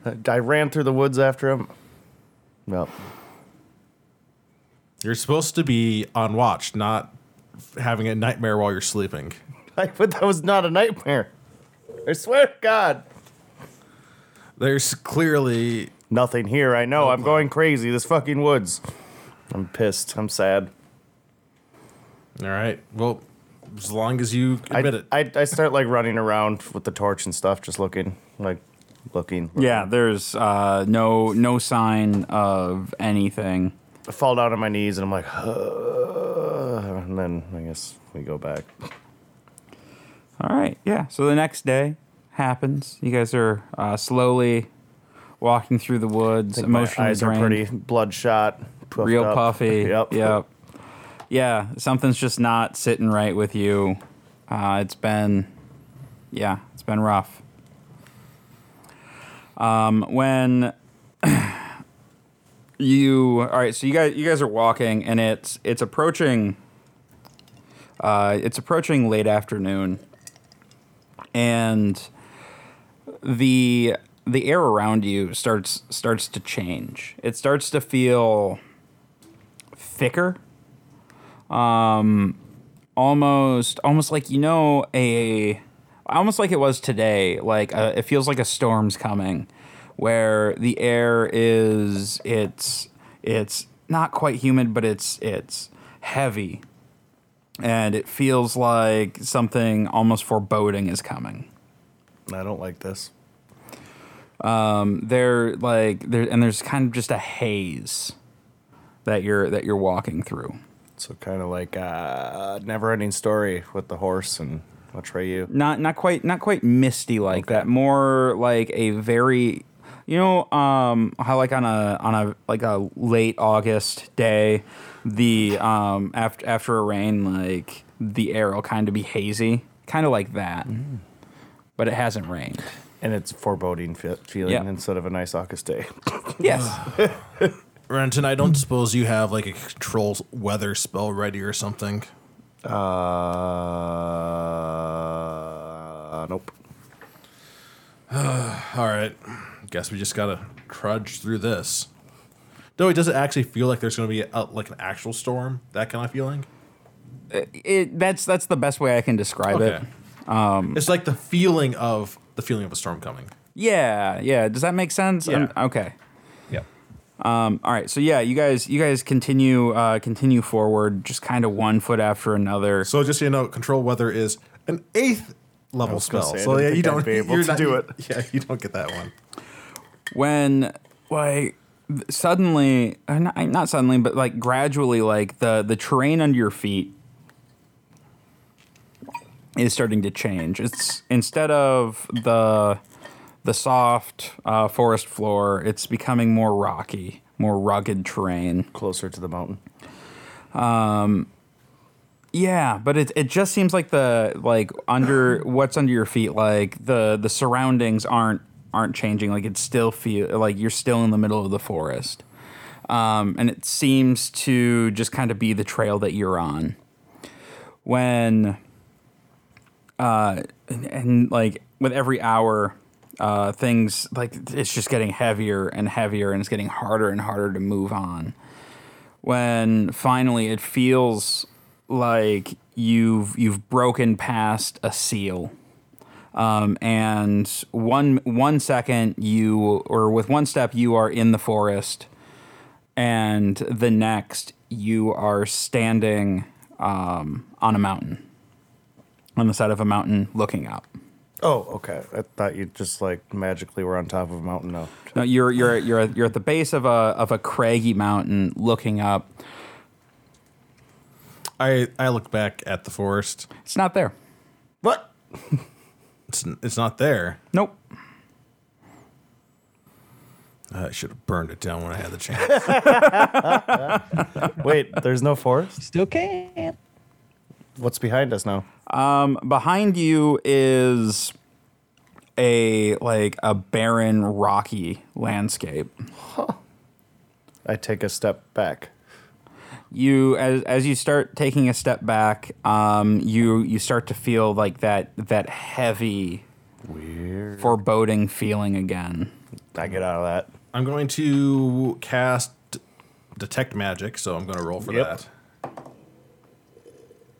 [SPEAKER 4] Uh, I ran through the woods after him. (laughs) Yep.
[SPEAKER 1] You're supposed to be on watch, not having a nightmare while you're sleeping.
[SPEAKER 4] I, but that was not a nightmare. I swear to God.
[SPEAKER 1] There's clearly
[SPEAKER 4] Nothing here. I know. I'm going crazy. This fucking woods. I'm pissed. I'm sad.
[SPEAKER 1] all right. Well, as long as you
[SPEAKER 4] I,
[SPEAKER 1] admit it,
[SPEAKER 4] I, I start like running around with the torch and stuff, just looking, like looking.
[SPEAKER 2] Yeah, there's uh, no no sign of anything.
[SPEAKER 4] I fall down on my knees and I'm like, (sighs) and then I guess we go back.
[SPEAKER 2] All right, yeah. So the next day happens. You guys are uh, slowly walking through the woods,
[SPEAKER 4] My
[SPEAKER 2] emotionally
[SPEAKER 4] eyes
[SPEAKER 2] drained,
[SPEAKER 4] are pretty bloodshot, puffed
[SPEAKER 2] real
[SPEAKER 4] up.
[SPEAKER 2] puffy.
[SPEAKER 4] (laughs) Yep.
[SPEAKER 2] Yep. Yeah, something's just not sitting right with you. Uh, it's been, yeah, it's been rough. Um, when (clears throat) you all right, so you guys you guys are walking, and it's it's approaching. Uh, it's approaching late afternoon, and the the air around you starts starts to change. It starts to feel thicker. Um almost almost like you know a almost like it was today, like uh it feels like a storm's coming where the air is it's it's not quite humid but it's it's heavy and it feels like something almost foreboding is coming.
[SPEAKER 4] I don't like this.
[SPEAKER 2] They're like there and there's kind of just a haze that you're that you're walking through.
[SPEAKER 4] So kind of like uh, never-ending story with the horse and Atreyu.
[SPEAKER 2] Not not quite not quite misty like that. More like a very you know um how like on a on a like a late August day the um after after a rain like the air will kind of be hazy, kind of like that.
[SPEAKER 1] Mm.
[SPEAKER 2] But it hasn't
[SPEAKER 1] (sighs)
[SPEAKER 2] rained.
[SPEAKER 4] And it's foreboding fe- feeling
[SPEAKER 2] Yeah.
[SPEAKER 4] instead of a nice August day. (laughs)
[SPEAKER 2] Yes.
[SPEAKER 1] Renton, I don't suppose you have like a control weather spell ready or something.
[SPEAKER 4] Uh, nope.
[SPEAKER 1] All right. Guess we just gotta trudge through this. Though it doesn't actually feel like there's gonna be a, like an actual storm. That kind of feeling.
[SPEAKER 2] it that's that's the best way I can describe it.
[SPEAKER 1] Okay. it's like the feeling of the feeling of a storm coming.
[SPEAKER 2] Yeah, yeah. Does that make sense?
[SPEAKER 1] Yeah.
[SPEAKER 2] Um, okay. Um,
[SPEAKER 3] Yep.
[SPEAKER 2] all right so yeah you guys you guys continue uh continue forward just kind of one foot after another
[SPEAKER 1] So just so you know, control weather is an eighth level
[SPEAKER 4] gonna
[SPEAKER 1] spell.
[SPEAKER 4] say, I
[SPEAKER 1] so
[SPEAKER 4] didn't
[SPEAKER 1] yeah,
[SPEAKER 4] think
[SPEAKER 1] you
[SPEAKER 4] I'd
[SPEAKER 1] don't
[SPEAKER 4] be able
[SPEAKER 1] you're
[SPEAKER 4] to
[SPEAKER 1] not-
[SPEAKER 4] do
[SPEAKER 1] you-
[SPEAKER 4] it.
[SPEAKER 1] Yeah, you don't get that one.
[SPEAKER 2] when like th- suddenly uh, not, not suddenly but like gradually like the the terrain under your feet is starting to change it's instead of the the soft uh, forest floor it's becoming more rocky more rugged terrain
[SPEAKER 4] Closer to the mountain.
[SPEAKER 2] Yeah, but it it just seems like the like under what's under your feet, like the the surroundings aren't aren't changing. Like it still feel like you're still in the middle of the forest, um, and it seems to just kind of be the trail that you're on. When, uh, and, and like with every hour, uh, things like it's just getting heavier and heavier, and it's getting harder and harder to move on when finally it feels like you've you've broken past a seal. Um, and one one second you or with one step you are in the forest and the next you are standing um, on a mountain on the side of a mountain looking up.
[SPEAKER 4] Oh, okay. I thought you just like magically were on top of a mountain now.
[SPEAKER 2] No, you're you're you're you're at the base of a of a craggy mountain looking up.
[SPEAKER 1] I I look back at the forest.
[SPEAKER 2] It's not there.
[SPEAKER 4] What?
[SPEAKER 1] It's it's not there.
[SPEAKER 2] Nope.
[SPEAKER 1] I should have burned it down when I had the chance. (laughs)
[SPEAKER 4] (laughs) Wait, there's no forest?
[SPEAKER 3] Still can't.
[SPEAKER 4] What's behind us now?
[SPEAKER 2] behind you is a like a barren rocky landscape
[SPEAKER 4] I take a step back.
[SPEAKER 2] you as as you start taking a step back um you you start to feel like that that heavy
[SPEAKER 4] Weird.
[SPEAKER 2] foreboding feeling again
[SPEAKER 4] I get out of that.
[SPEAKER 1] I'm going to cast detect magic, so I'm going to roll for
[SPEAKER 4] Yep.
[SPEAKER 1] that.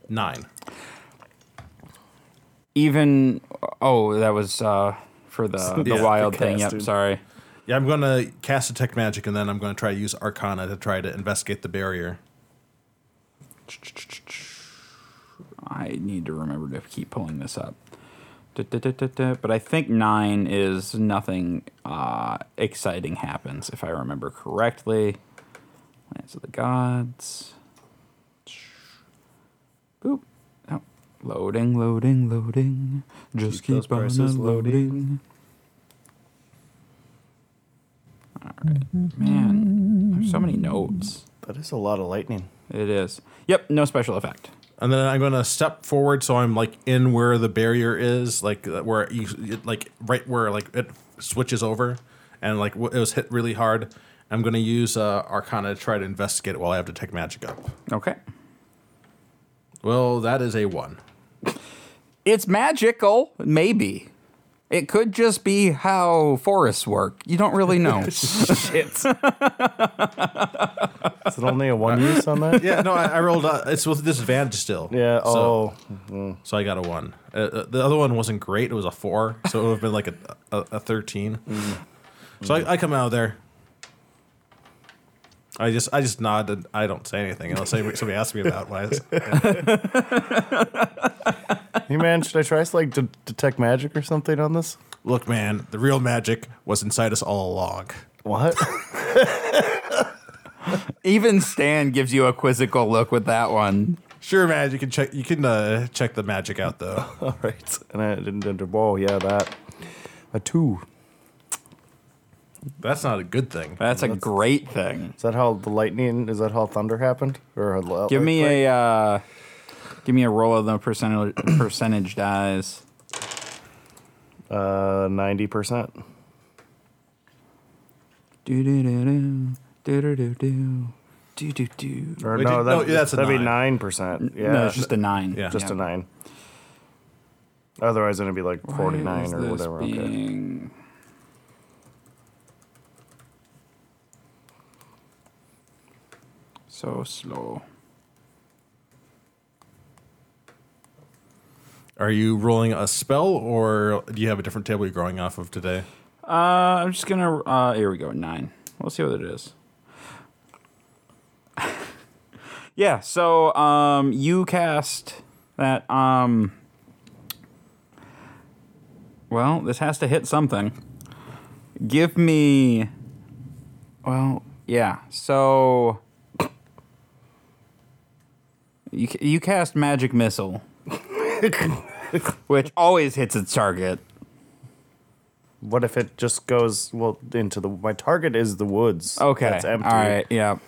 [SPEAKER 1] Nine.
[SPEAKER 2] even oh that was uh for the, the
[SPEAKER 1] Yeah,
[SPEAKER 2] wild
[SPEAKER 4] the
[SPEAKER 2] thing. Yep,
[SPEAKER 4] costume.
[SPEAKER 2] sorry.
[SPEAKER 1] Yeah, I'm going to cast detect magic, and then I'm going to try to use Arcana to try to investigate the barrier.
[SPEAKER 2] I need to remember to keep pulling this up. Du-du-du-du-du. But I think nine is nothing uh, exciting happens, if I remember correctly. Lands of the Gods. Boop. Oh. Loading, loading, loading. Just
[SPEAKER 4] Keep
[SPEAKER 2] keep,
[SPEAKER 4] those
[SPEAKER 2] on
[SPEAKER 4] prices
[SPEAKER 2] unloading. All right. Man, there's so many notes.
[SPEAKER 4] That is a lot of lightning.
[SPEAKER 2] It is. Yep, no special effect.
[SPEAKER 1] And then I'm going to step forward, so I'm like in where the barrier is, like uh, where you, it, like right where like it switches over, and like wh- it was hit really hard. I'm going to use uh, Arcana to try to investigate it while I have detect magic up.
[SPEAKER 2] Okay.
[SPEAKER 1] Well, that is a one.
[SPEAKER 2] it's magical, maybe. It could just be how forests work. You don't really know.
[SPEAKER 4] (laughs) Shit. is it only a
[SPEAKER 2] Uh,
[SPEAKER 4] one use
[SPEAKER 2] (laughs)
[SPEAKER 4] on that?
[SPEAKER 1] Yeah, no, I, I rolled. Uh, it's with disadvantage still.
[SPEAKER 4] Yeah.
[SPEAKER 1] So,
[SPEAKER 4] Oh,
[SPEAKER 1] so I got a one. Uh, Uh, the other one wasn't great. It was a four, so it would have been like a a, a thirteen.
[SPEAKER 4] Mm.
[SPEAKER 1] So I, I come out of there. I just I just nod and I don't say anything unless somebody, somebody asks me about why.
[SPEAKER 4] hey man, should I try to like de- detect magic or something on this?
[SPEAKER 1] Look, man, the real magic was inside us all along.
[SPEAKER 4] What?
[SPEAKER 2] Even Stan gives you a quizzical look with that one.
[SPEAKER 1] Sure, man, you can check you can uh, check the magic out
[SPEAKER 4] (laughs)
[SPEAKER 1] though.
[SPEAKER 4] (laughs) All right. And I didn't enter. Whoa, yeah, that. A two.
[SPEAKER 1] That's not a good thing.
[SPEAKER 2] That's a great thing.
[SPEAKER 4] Is that how the lightning? Is that how thunder happened? Or a l-
[SPEAKER 2] Give me
[SPEAKER 4] earthquake?
[SPEAKER 2] a uh, give me a roll of the percentage percentage dies.
[SPEAKER 4] uh ninety percent.
[SPEAKER 2] Do do do do do do do do do do.
[SPEAKER 4] Or
[SPEAKER 1] Wait,
[SPEAKER 4] no,
[SPEAKER 1] did-
[SPEAKER 4] that,
[SPEAKER 1] no, that's a
[SPEAKER 4] that'd be
[SPEAKER 1] nine.
[SPEAKER 4] nine percent. Yeah,
[SPEAKER 2] No, it's just a nine.
[SPEAKER 1] Yeah.
[SPEAKER 4] just a nine. Otherwise, it'd be like forty
[SPEAKER 2] Why is
[SPEAKER 4] nine or
[SPEAKER 2] this
[SPEAKER 4] whatever. Okay.
[SPEAKER 2] being- So slow.
[SPEAKER 1] Are you rolling a spell or do you have a different table you're growing off of today?
[SPEAKER 2] Uh, I'm just gonna. Uh, here we go. Nine. Let's see what it is. (laughs) yeah. So, um, you cast that. Um. Well, this has to hit something. Give me. Well, yeah. So. You, ca- you cast magic missile, which always hits its target.
[SPEAKER 4] What if it just goes well into the? My target is the woods.
[SPEAKER 2] Okay.
[SPEAKER 4] that's empty.
[SPEAKER 2] All right. Yeah.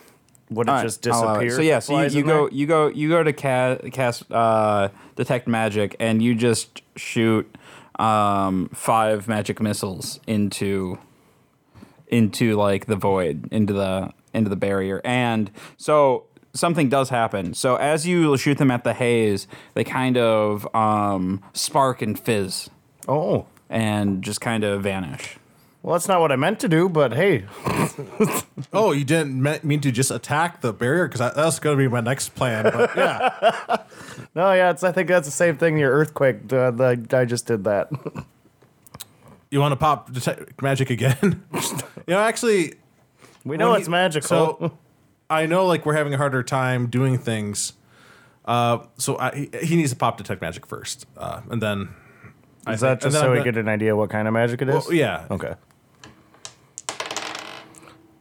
[SPEAKER 4] Would it
[SPEAKER 2] All right,
[SPEAKER 4] just
[SPEAKER 2] I'll allow it.
[SPEAKER 4] disappear?
[SPEAKER 2] So yeah, so you,
[SPEAKER 4] Flies
[SPEAKER 2] you
[SPEAKER 4] in
[SPEAKER 2] go,
[SPEAKER 4] there?
[SPEAKER 2] you go, you go to ca- cast uh, detect magic, and you just shoot um, five magic missiles into into like the void, into the into the barrier, and so something does happen. So as you shoot them at the haze, they kind of um, spark and fizz,
[SPEAKER 4] Oh,
[SPEAKER 2] and just kind of vanish.
[SPEAKER 4] well, that's not what I meant to do. But hey,
[SPEAKER 1] Oh, you didn't me- mean to just attack the barrier because that's going to be my next plan. But
[SPEAKER 4] (laughs)
[SPEAKER 1] yeah,
[SPEAKER 4] no, yeah, it's. I think that's the same thing. Your earthquake. Uh, the, I just did that. (laughs)
[SPEAKER 1] you want to pop detect magic again? (laughs) you know, actually,
[SPEAKER 4] we know
[SPEAKER 1] when
[SPEAKER 4] it's
[SPEAKER 1] he-
[SPEAKER 4] magical. (laughs)
[SPEAKER 1] So I know like we're having a harder time doing things. Uh, so I, he- he needs to pop detect magic first, uh, and then think-
[SPEAKER 4] is that
[SPEAKER 1] and
[SPEAKER 4] just
[SPEAKER 1] then
[SPEAKER 4] so
[SPEAKER 1] I'm
[SPEAKER 4] we
[SPEAKER 1] gonna-
[SPEAKER 4] get an idea what kind of magic it is?
[SPEAKER 1] Well, yeah.
[SPEAKER 4] Okay.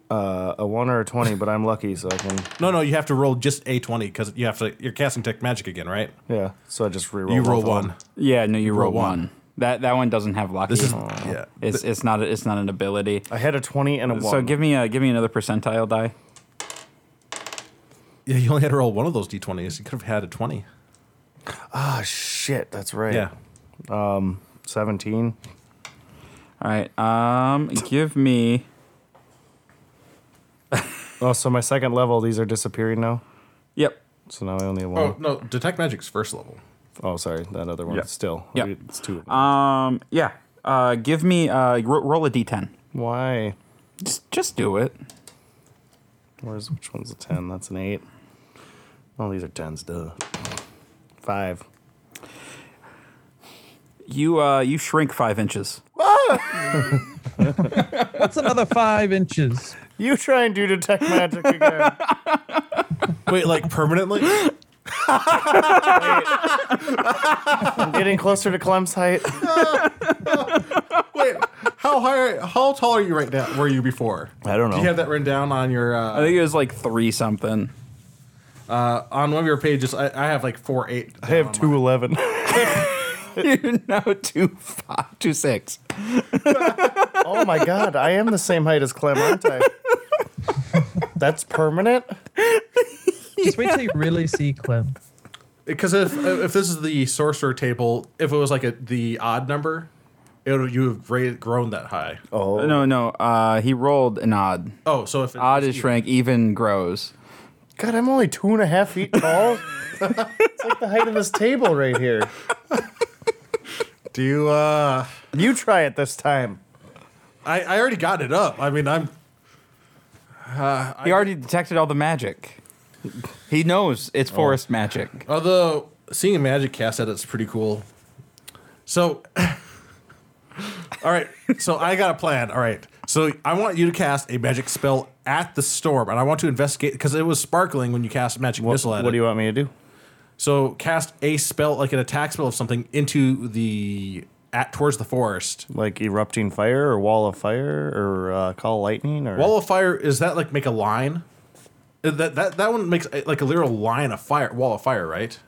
[SPEAKER 4] Uh, a one or a twenty, but I'm lucky, so I can.
[SPEAKER 1] No, no, you have to roll just a twenty because you have to. You're casting detect magic again, right?
[SPEAKER 4] Yeah, so I just reroll.
[SPEAKER 1] You
[SPEAKER 4] both
[SPEAKER 1] roll
[SPEAKER 4] of them.
[SPEAKER 1] one.
[SPEAKER 2] Yeah, no, you
[SPEAKER 1] Roll
[SPEAKER 2] roll,
[SPEAKER 1] one.
[SPEAKER 2] one. That that one doesn't have lucky.
[SPEAKER 1] This is
[SPEAKER 4] Oh.
[SPEAKER 1] yeah.
[SPEAKER 2] it's, it's not a, it's not an ability.
[SPEAKER 4] I had a twenty and a one.
[SPEAKER 2] So give me a give me another percentile die.
[SPEAKER 1] yeah. You only had to roll one of those d twenties. You could have had a twenty.
[SPEAKER 4] Ah, shit, that's right.
[SPEAKER 1] Yeah.
[SPEAKER 4] seventeen.
[SPEAKER 2] All right. Um, give me.
[SPEAKER 4] Oh, so my second level, these are disappearing now.
[SPEAKER 2] Yep.
[SPEAKER 4] So now I only have one.
[SPEAKER 1] Oh
[SPEAKER 4] Oh,
[SPEAKER 1] no, detect magic's first level.
[SPEAKER 4] sorry, that other one
[SPEAKER 2] Yeah.
[SPEAKER 4] still.
[SPEAKER 2] Yeah.
[SPEAKER 4] it's two. Of them.
[SPEAKER 2] Um, yeah. Uh, give me. Uh, ro- roll a d10.
[SPEAKER 4] Why?
[SPEAKER 2] Just just do it.
[SPEAKER 4] Where's which one's a ten? That's an eight. Oh, these are tens. Duh. Five.
[SPEAKER 2] You uh you shrink five inches.
[SPEAKER 4] Ah!
[SPEAKER 3] That's another five inches.
[SPEAKER 4] You try and do detect magic again.
[SPEAKER 1] Wait, like permanently?
[SPEAKER 4] I'm getting closer to Clem's height.
[SPEAKER 1] (laughs) Wait, how high? How tall are you right now? Were you before?
[SPEAKER 4] I don't
[SPEAKER 1] Do you
[SPEAKER 4] know.
[SPEAKER 1] have that written down on your
[SPEAKER 2] I
[SPEAKER 1] uh,
[SPEAKER 2] think it was like three something. (laughs)
[SPEAKER 1] on one of your pages? I, I have like four eight.
[SPEAKER 4] I have two eleven.
[SPEAKER 2] you know, two five, two six.
[SPEAKER 4] Oh my god, I am the same height as Clem, aren't I? That's permanent.
[SPEAKER 3] Just wait till you really see Clem.
[SPEAKER 1] Because if if this is the sorcerer table, if it was like a the odd number, it would, you would have rated, grown that high. Oh,
[SPEAKER 2] No, no. Uh, he rolled an odd.
[SPEAKER 1] so if it,
[SPEAKER 2] Odd is shrank, even grows.
[SPEAKER 4] God, I'm only two and a half feet tall. it's like the height of this table right here.
[SPEAKER 1] do you? Uh,
[SPEAKER 4] You try it this time.
[SPEAKER 1] I I already got it up. I mean, I'm
[SPEAKER 2] He already detected all the magic. He knows it's forest magic.
[SPEAKER 1] although seeing a magic cast at it's pretty cool. So, (coughs) all right. So I got a plan. All right. So I want you to cast a magic spell at the storm, and I want to investigate because it was sparkling when you cast magic missile at it.
[SPEAKER 4] What do you want me to do?
[SPEAKER 1] So cast a spell, like an attack spell of something, into the at towards the forest.
[SPEAKER 4] Like erupting fire or wall of fire or uh, call lightning or
[SPEAKER 1] Wall of fire is that like make a line? Uh, That that that one makes uh, like a literal line of fire, wall of fire, right?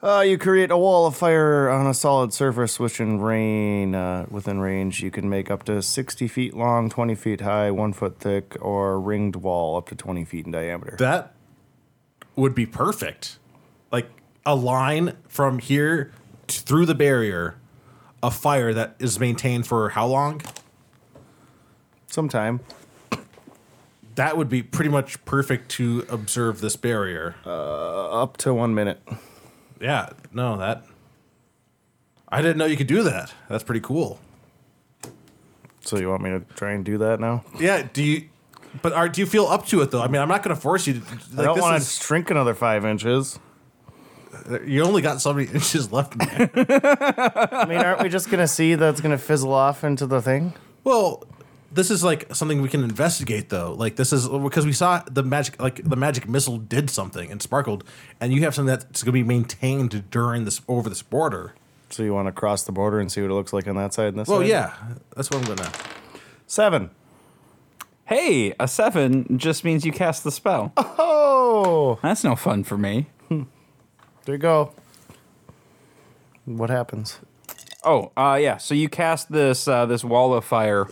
[SPEAKER 4] Uh, you create a wall of fire on a solid surface, which in rain, uh, within range, you can make up to 60 feet long, 20 feet high, one foot thick, or ringed wall up to 20 feet in diameter.
[SPEAKER 1] That would be perfect. Like a line from here t- through the barrier of fire that is maintained for how long?
[SPEAKER 4] Sometime.
[SPEAKER 1] That would be pretty much perfect to observe this barrier.
[SPEAKER 4] Uh. Up to one minute.
[SPEAKER 1] yeah, no, that. I didn't know you could do that. That's pretty cool.
[SPEAKER 4] So you want me to try and do that now?
[SPEAKER 1] Yeah. Do you? But are do you feel up to it though? I mean, I'm not going to force you. To, like,
[SPEAKER 4] I don't
[SPEAKER 1] this
[SPEAKER 4] want
[SPEAKER 1] is-
[SPEAKER 4] to shrink another five inches.
[SPEAKER 1] You only got so many (laughs) inches left. Man.
[SPEAKER 4] (laughs) I mean, aren't we just going to see that's going to fizzle off into the thing?
[SPEAKER 1] well, this is like something we can investigate though. Like this is because we saw the magic, like the magic missile did something and sparkled, and you have something that's going to be maintained during this over this border.
[SPEAKER 4] So you want to cross the border and see what it looks like on that side and this
[SPEAKER 1] Well,
[SPEAKER 4] side?
[SPEAKER 1] yeah, that's what I'm gonna.
[SPEAKER 4] Seven.
[SPEAKER 2] Hey, a seven just means you cast the spell.
[SPEAKER 4] Oh,
[SPEAKER 2] That's no fun for me.
[SPEAKER 4] there you go. What happens?
[SPEAKER 2] Oh, uh, yeah. So you cast this uh, this wall of fire,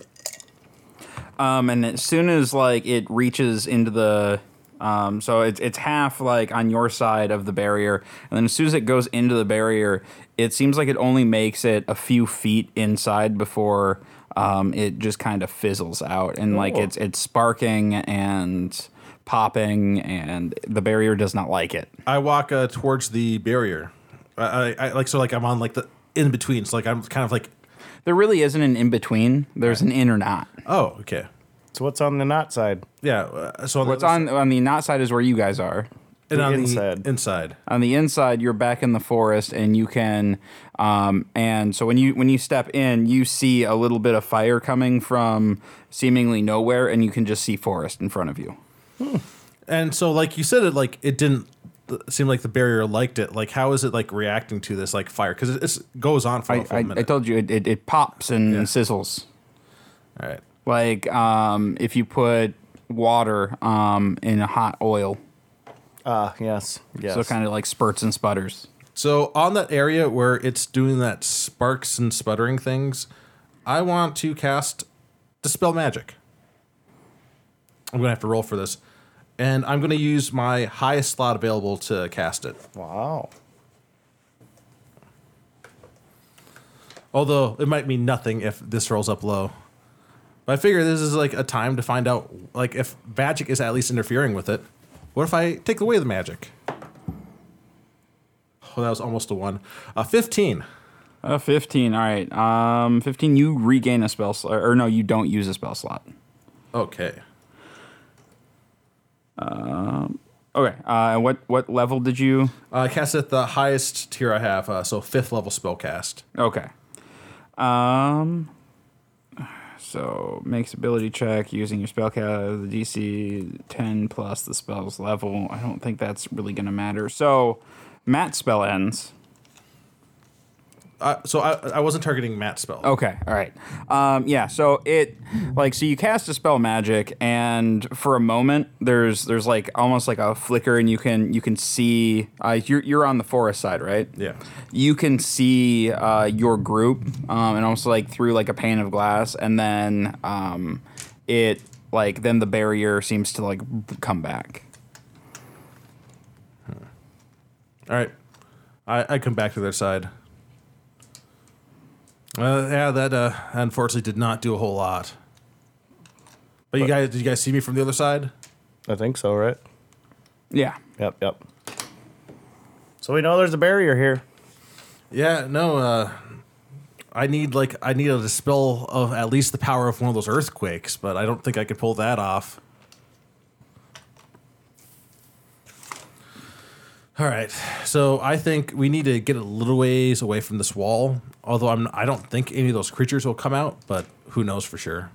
[SPEAKER 2] um, and as soon as like it reaches into the, um, so it's it's half like on your side of the barrier, and then as soon as it goes into the barrier, it seems like it only makes it a few feet inside before um, it just kind of fizzles out, and like it's it's sparking and popping, and the barrier does not like it.
[SPEAKER 1] I walk uh, towards the barrier. I, I, I like so like I'm on like the in between. So like I'm kind of like
[SPEAKER 2] There really isn't an in between. There's an in or not.
[SPEAKER 1] oh okay
[SPEAKER 4] So what's on the not side?
[SPEAKER 1] yeah. uh, So on
[SPEAKER 2] What's
[SPEAKER 1] the,
[SPEAKER 2] on on the not side is where you guys are.
[SPEAKER 1] and on
[SPEAKER 4] inside.
[SPEAKER 1] the inside.
[SPEAKER 2] On the inside, you're back in the forest, and you can. Um, and so when you when you step in, you see a little bit of fire coming from seemingly nowhere, and you can just see forest in front of you.
[SPEAKER 1] And so, like you said, it like it didn't th- seem like the barrier liked it. Like, how is it like reacting to this like fire? Because it it's, goes on Oh, for a
[SPEAKER 2] I,
[SPEAKER 1] full
[SPEAKER 2] I, I
[SPEAKER 1] minute.
[SPEAKER 2] told you it, it, it pops and sizzles.
[SPEAKER 1] All right.
[SPEAKER 2] Like um, if you put water um, in a hot oil,
[SPEAKER 4] Ah, yes, yes.
[SPEAKER 2] so it kind of like spurts and sputters.
[SPEAKER 1] So on that area where it's doing that sparks and sputtering things, I want to cast dispel magic. I'm gonna have to roll for this, and I'm gonna use my highest slot available to cast it.
[SPEAKER 4] wow.
[SPEAKER 1] Although it might mean nothing if this rolls up low. But I figure this is like a time to find out like if magic is at least interfering with it. What if I take away the magic? Oh, that was almost a one. A fifteen.
[SPEAKER 2] Uh, 15. All right. Um, 15, you regain a spell slot. Or, no, you don't use a spell slot.
[SPEAKER 1] Okay.
[SPEAKER 2] Okay. Uh, and what, what level did you?
[SPEAKER 1] Uh, I cast at the highest tier I have, uh, so fifth level spell cast.
[SPEAKER 2] Okay. Um, so makes ability check using your spell count of the DC 10 plus the spell's level. I don't think that's really going to matter. So Matt's spell ends.
[SPEAKER 1] Uh, so I, I wasn't targeting Matt's spell.
[SPEAKER 2] Okay, all right. Um, yeah, so it like so you cast a spell magic, and for a moment there's there's like almost like a flicker, and you can you can see uh, you're you're on the forest side, right?
[SPEAKER 1] Yeah.
[SPEAKER 2] You can see uh, your group, um, and almost like through like a pane of glass, and then um, it like then the barrier seems to like come back.
[SPEAKER 1] All right. I, I come back to their side. Uh, yeah, that uh, unfortunately did not do a whole lot. But you guys, did you guys see me from the other side?
[SPEAKER 4] I think so, right?
[SPEAKER 2] Yeah.
[SPEAKER 4] Yep, yep. So we know there's a barrier here.
[SPEAKER 1] Yeah, no. Uh, I need like I need a dispel of at least the power of one of those earthquakes, but I don't think I could pull that off. All right, so I think we need to get a little ways away from this wall. Although I'm, I don't think any of those creatures will come out, but who knows for sure.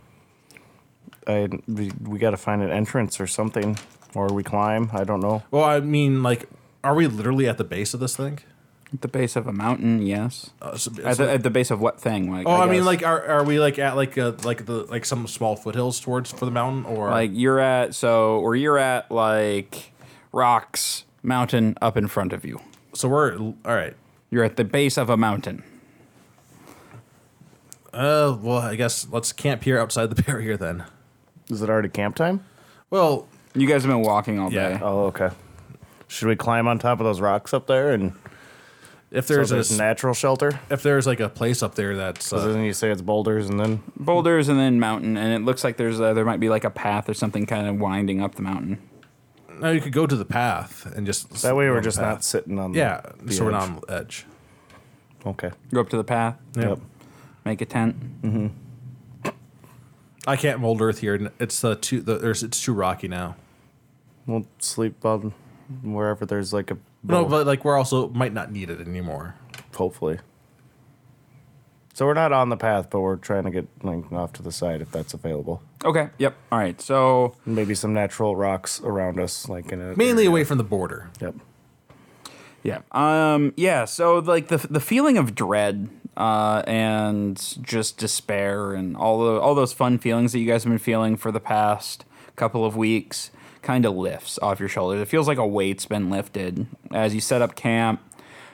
[SPEAKER 4] I, we we got to find an entrance or something, or we climb. I don't know.
[SPEAKER 1] Well, I mean, like, are we literally at the base of this thing?
[SPEAKER 2] At the base of a mountain, yes.
[SPEAKER 1] Uh, so-
[SPEAKER 2] at, the, at the base of what thing? Like,
[SPEAKER 1] oh, I, mean,
[SPEAKER 2] guess.
[SPEAKER 1] like, are, are we like at like uh like the like some small foothills towards for the mountain or
[SPEAKER 2] like you're at so or you're at like rocks mountain up in front of you
[SPEAKER 1] so we're all right.
[SPEAKER 2] you're at the base of a mountain
[SPEAKER 1] Uh, well, I guess let's camp here outside the (laughs) barrier then.
[SPEAKER 4] Is it already camp time?
[SPEAKER 1] Well,
[SPEAKER 2] you guys have been walking all
[SPEAKER 1] Yeah.
[SPEAKER 2] day
[SPEAKER 4] Oh, okay. Should we climb on top of those rocks up there and
[SPEAKER 1] if there's,
[SPEAKER 4] there's, so there's
[SPEAKER 1] a
[SPEAKER 4] natural shelter?
[SPEAKER 1] if there's like a place up there that's
[SPEAKER 4] So
[SPEAKER 1] uh,
[SPEAKER 4] then you say it's boulders, and then
[SPEAKER 2] boulders and then mountain and it looks like there's a, there might be like a path or something kind of winding up the mountain
[SPEAKER 1] uh, no, you could go to the path and just
[SPEAKER 4] that way
[SPEAKER 1] on
[SPEAKER 4] we're
[SPEAKER 1] the
[SPEAKER 4] just
[SPEAKER 1] path.
[SPEAKER 4] not sitting on.
[SPEAKER 1] yeah,
[SPEAKER 4] the, the
[SPEAKER 1] so we're
[SPEAKER 4] edge.
[SPEAKER 1] not on the edge.
[SPEAKER 4] Okay.
[SPEAKER 2] go up to the path
[SPEAKER 1] Yeah.
[SPEAKER 4] Yep.
[SPEAKER 2] make a tent
[SPEAKER 1] I can't mold earth here. and It's uh, too the, there's it's too rocky now.
[SPEAKER 4] We'll sleep on wherever there's like a.
[SPEAKER 1] No, but like we're also might not need it anymore.
[SPEAKER 4] hopefully. So we're not on the path, but we're trying to get like off to the side if that's available.
[SPEAKER 2] okay yep all right so
[SPEAKER 4] Maybe some natural rocks around us, like in a
[SPEAKER 1] Mainly away from the border.
[SPEAKER 4] Yep.
[SPEAKER 2] Yeah. Um. Yeah. So like the the feeling of dread, uh, and just despair, and all the all those fun feelings that you guys have been feeling for the past couple of weeks, kind of lifts off your shoulders. It feels like a weight's been lifted as you set up camp.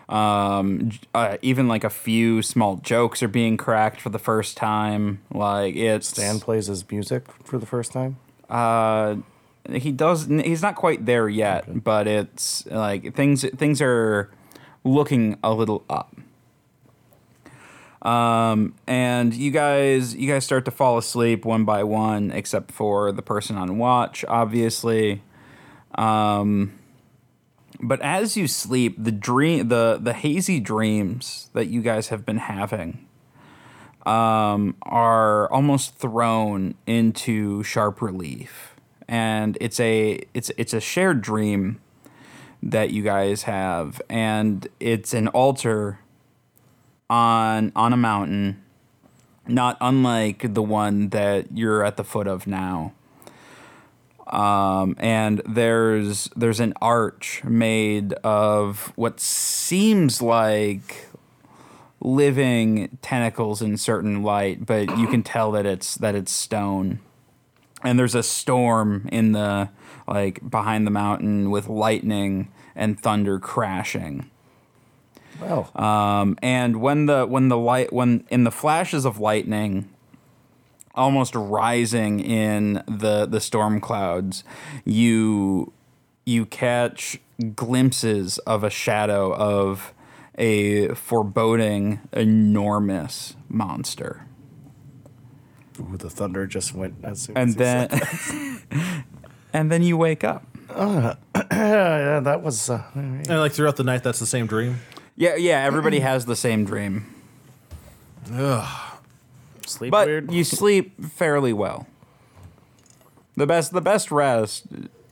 [SPEAKER 2] Um, j- uh, even like a few small jokes are being cracked for the first time. Like it's
[SPEAKER 4] Dan plays his music for the first time.
[SPEAKER 2] uh, he does. He's not quite there yet, but it's like things things are looking a little up. Um, and you guys you guys start to fall asleep one by one, except for the person on watch, obviously. Um, but as you sleep, the dream the the hazy dreams that you guys have been having um, are almost thrown into sharp relief, and it's a it's it's a shared dream that you guys have, and it's an altar on on a mountain, not unlike the one that you're at the foot of now. Um, and there's there's an arch made of what seems like living tentacles in certain light, but you can tell that it's that it's stone. And there's a storm in the like behind the mountain with lightning and thunder crashing.
[SPEAKER 4] Wow.
[SPEAKER 2] Um, and when the when the light when in the flashes of lightning almost rising in the the storm clouds, you you catch glimpses of a shadow of a foreboding enormous monster.
[SPEAKER 4] Ooh, the thunder just went as soon
[SPEAKER 2] And
[SPEAKER 4] as he said-
[SPEAKER 2] then (laughs) and then you wake up.
[SPEAKER 4] (laughs) yeah, yeah, that was uh,
[SPEAKER 1] And like throughout the night, that's the same dream.
[SPEAKER 2] Yeah, yeah, everybody has the same dream.
[SPEAKER 4] sleep
[SPEAKER 2] But
[SPEAKER 4] weird.
[SPEAKER 2] you sleep fairly well. The best, the best rest,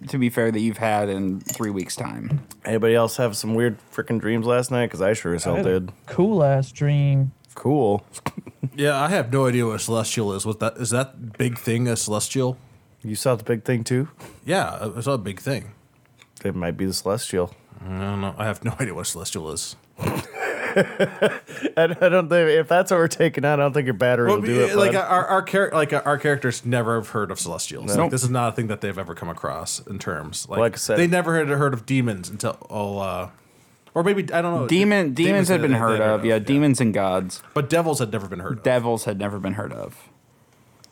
[SPEAKER 2] to be fair, that you've had in three weeks' time.
[SPEAKER 4] Anybody else have some weird freaking dreams last night? Because I sure as hell
[SPEAKER 3] I had a
[SPEAKER 4] did.
[SPEAKER 3] Cool ass dream.
[SPEAKER 4] Cool.
[SPEAKER 1] Yeah, I have no idea what a celestial is. What that is that big thing a celestial?
[SPEAKER 4] You saw the big thing too?
[SPEAKER 1] Yeah, it's a big thing.
[SPEAKER 4] It might be the celestial.
[SPEAKER 1] I don't know. I have no (laughs) idea what a celestial is.
[SPEAKER 4] I, I don't think if that's what we're taking on, I don't think your battery will do it.
[SPEAKER 1] like uh,
[SPEAKER 4] bud.
[SPEAKER 1] our our char- like our characters never have heard of celestials.
[SPEAKER 2] Nope.
[SPEAKER 1] Like, this is not a thing that they've ever come across in terms. Like,
[SPEAKER 4] Like I said-
[SPEAKER 1] they never had heard of demons until oh, uh, or maybe I don't know.
[SPEAKER 2] Demon, demons had
[SPEAKER 1] they-
[SPEAKER 2] been
[SPEAKER 1] they-
[SPEAKER 2] heard
[SPEAKER 1] they-
[SPEAKER 2] of. Yeah, demons and gods.
[SPEAKER 1] but devils had never been heard of.
[SPEAKER 2] Devils had never been heard of.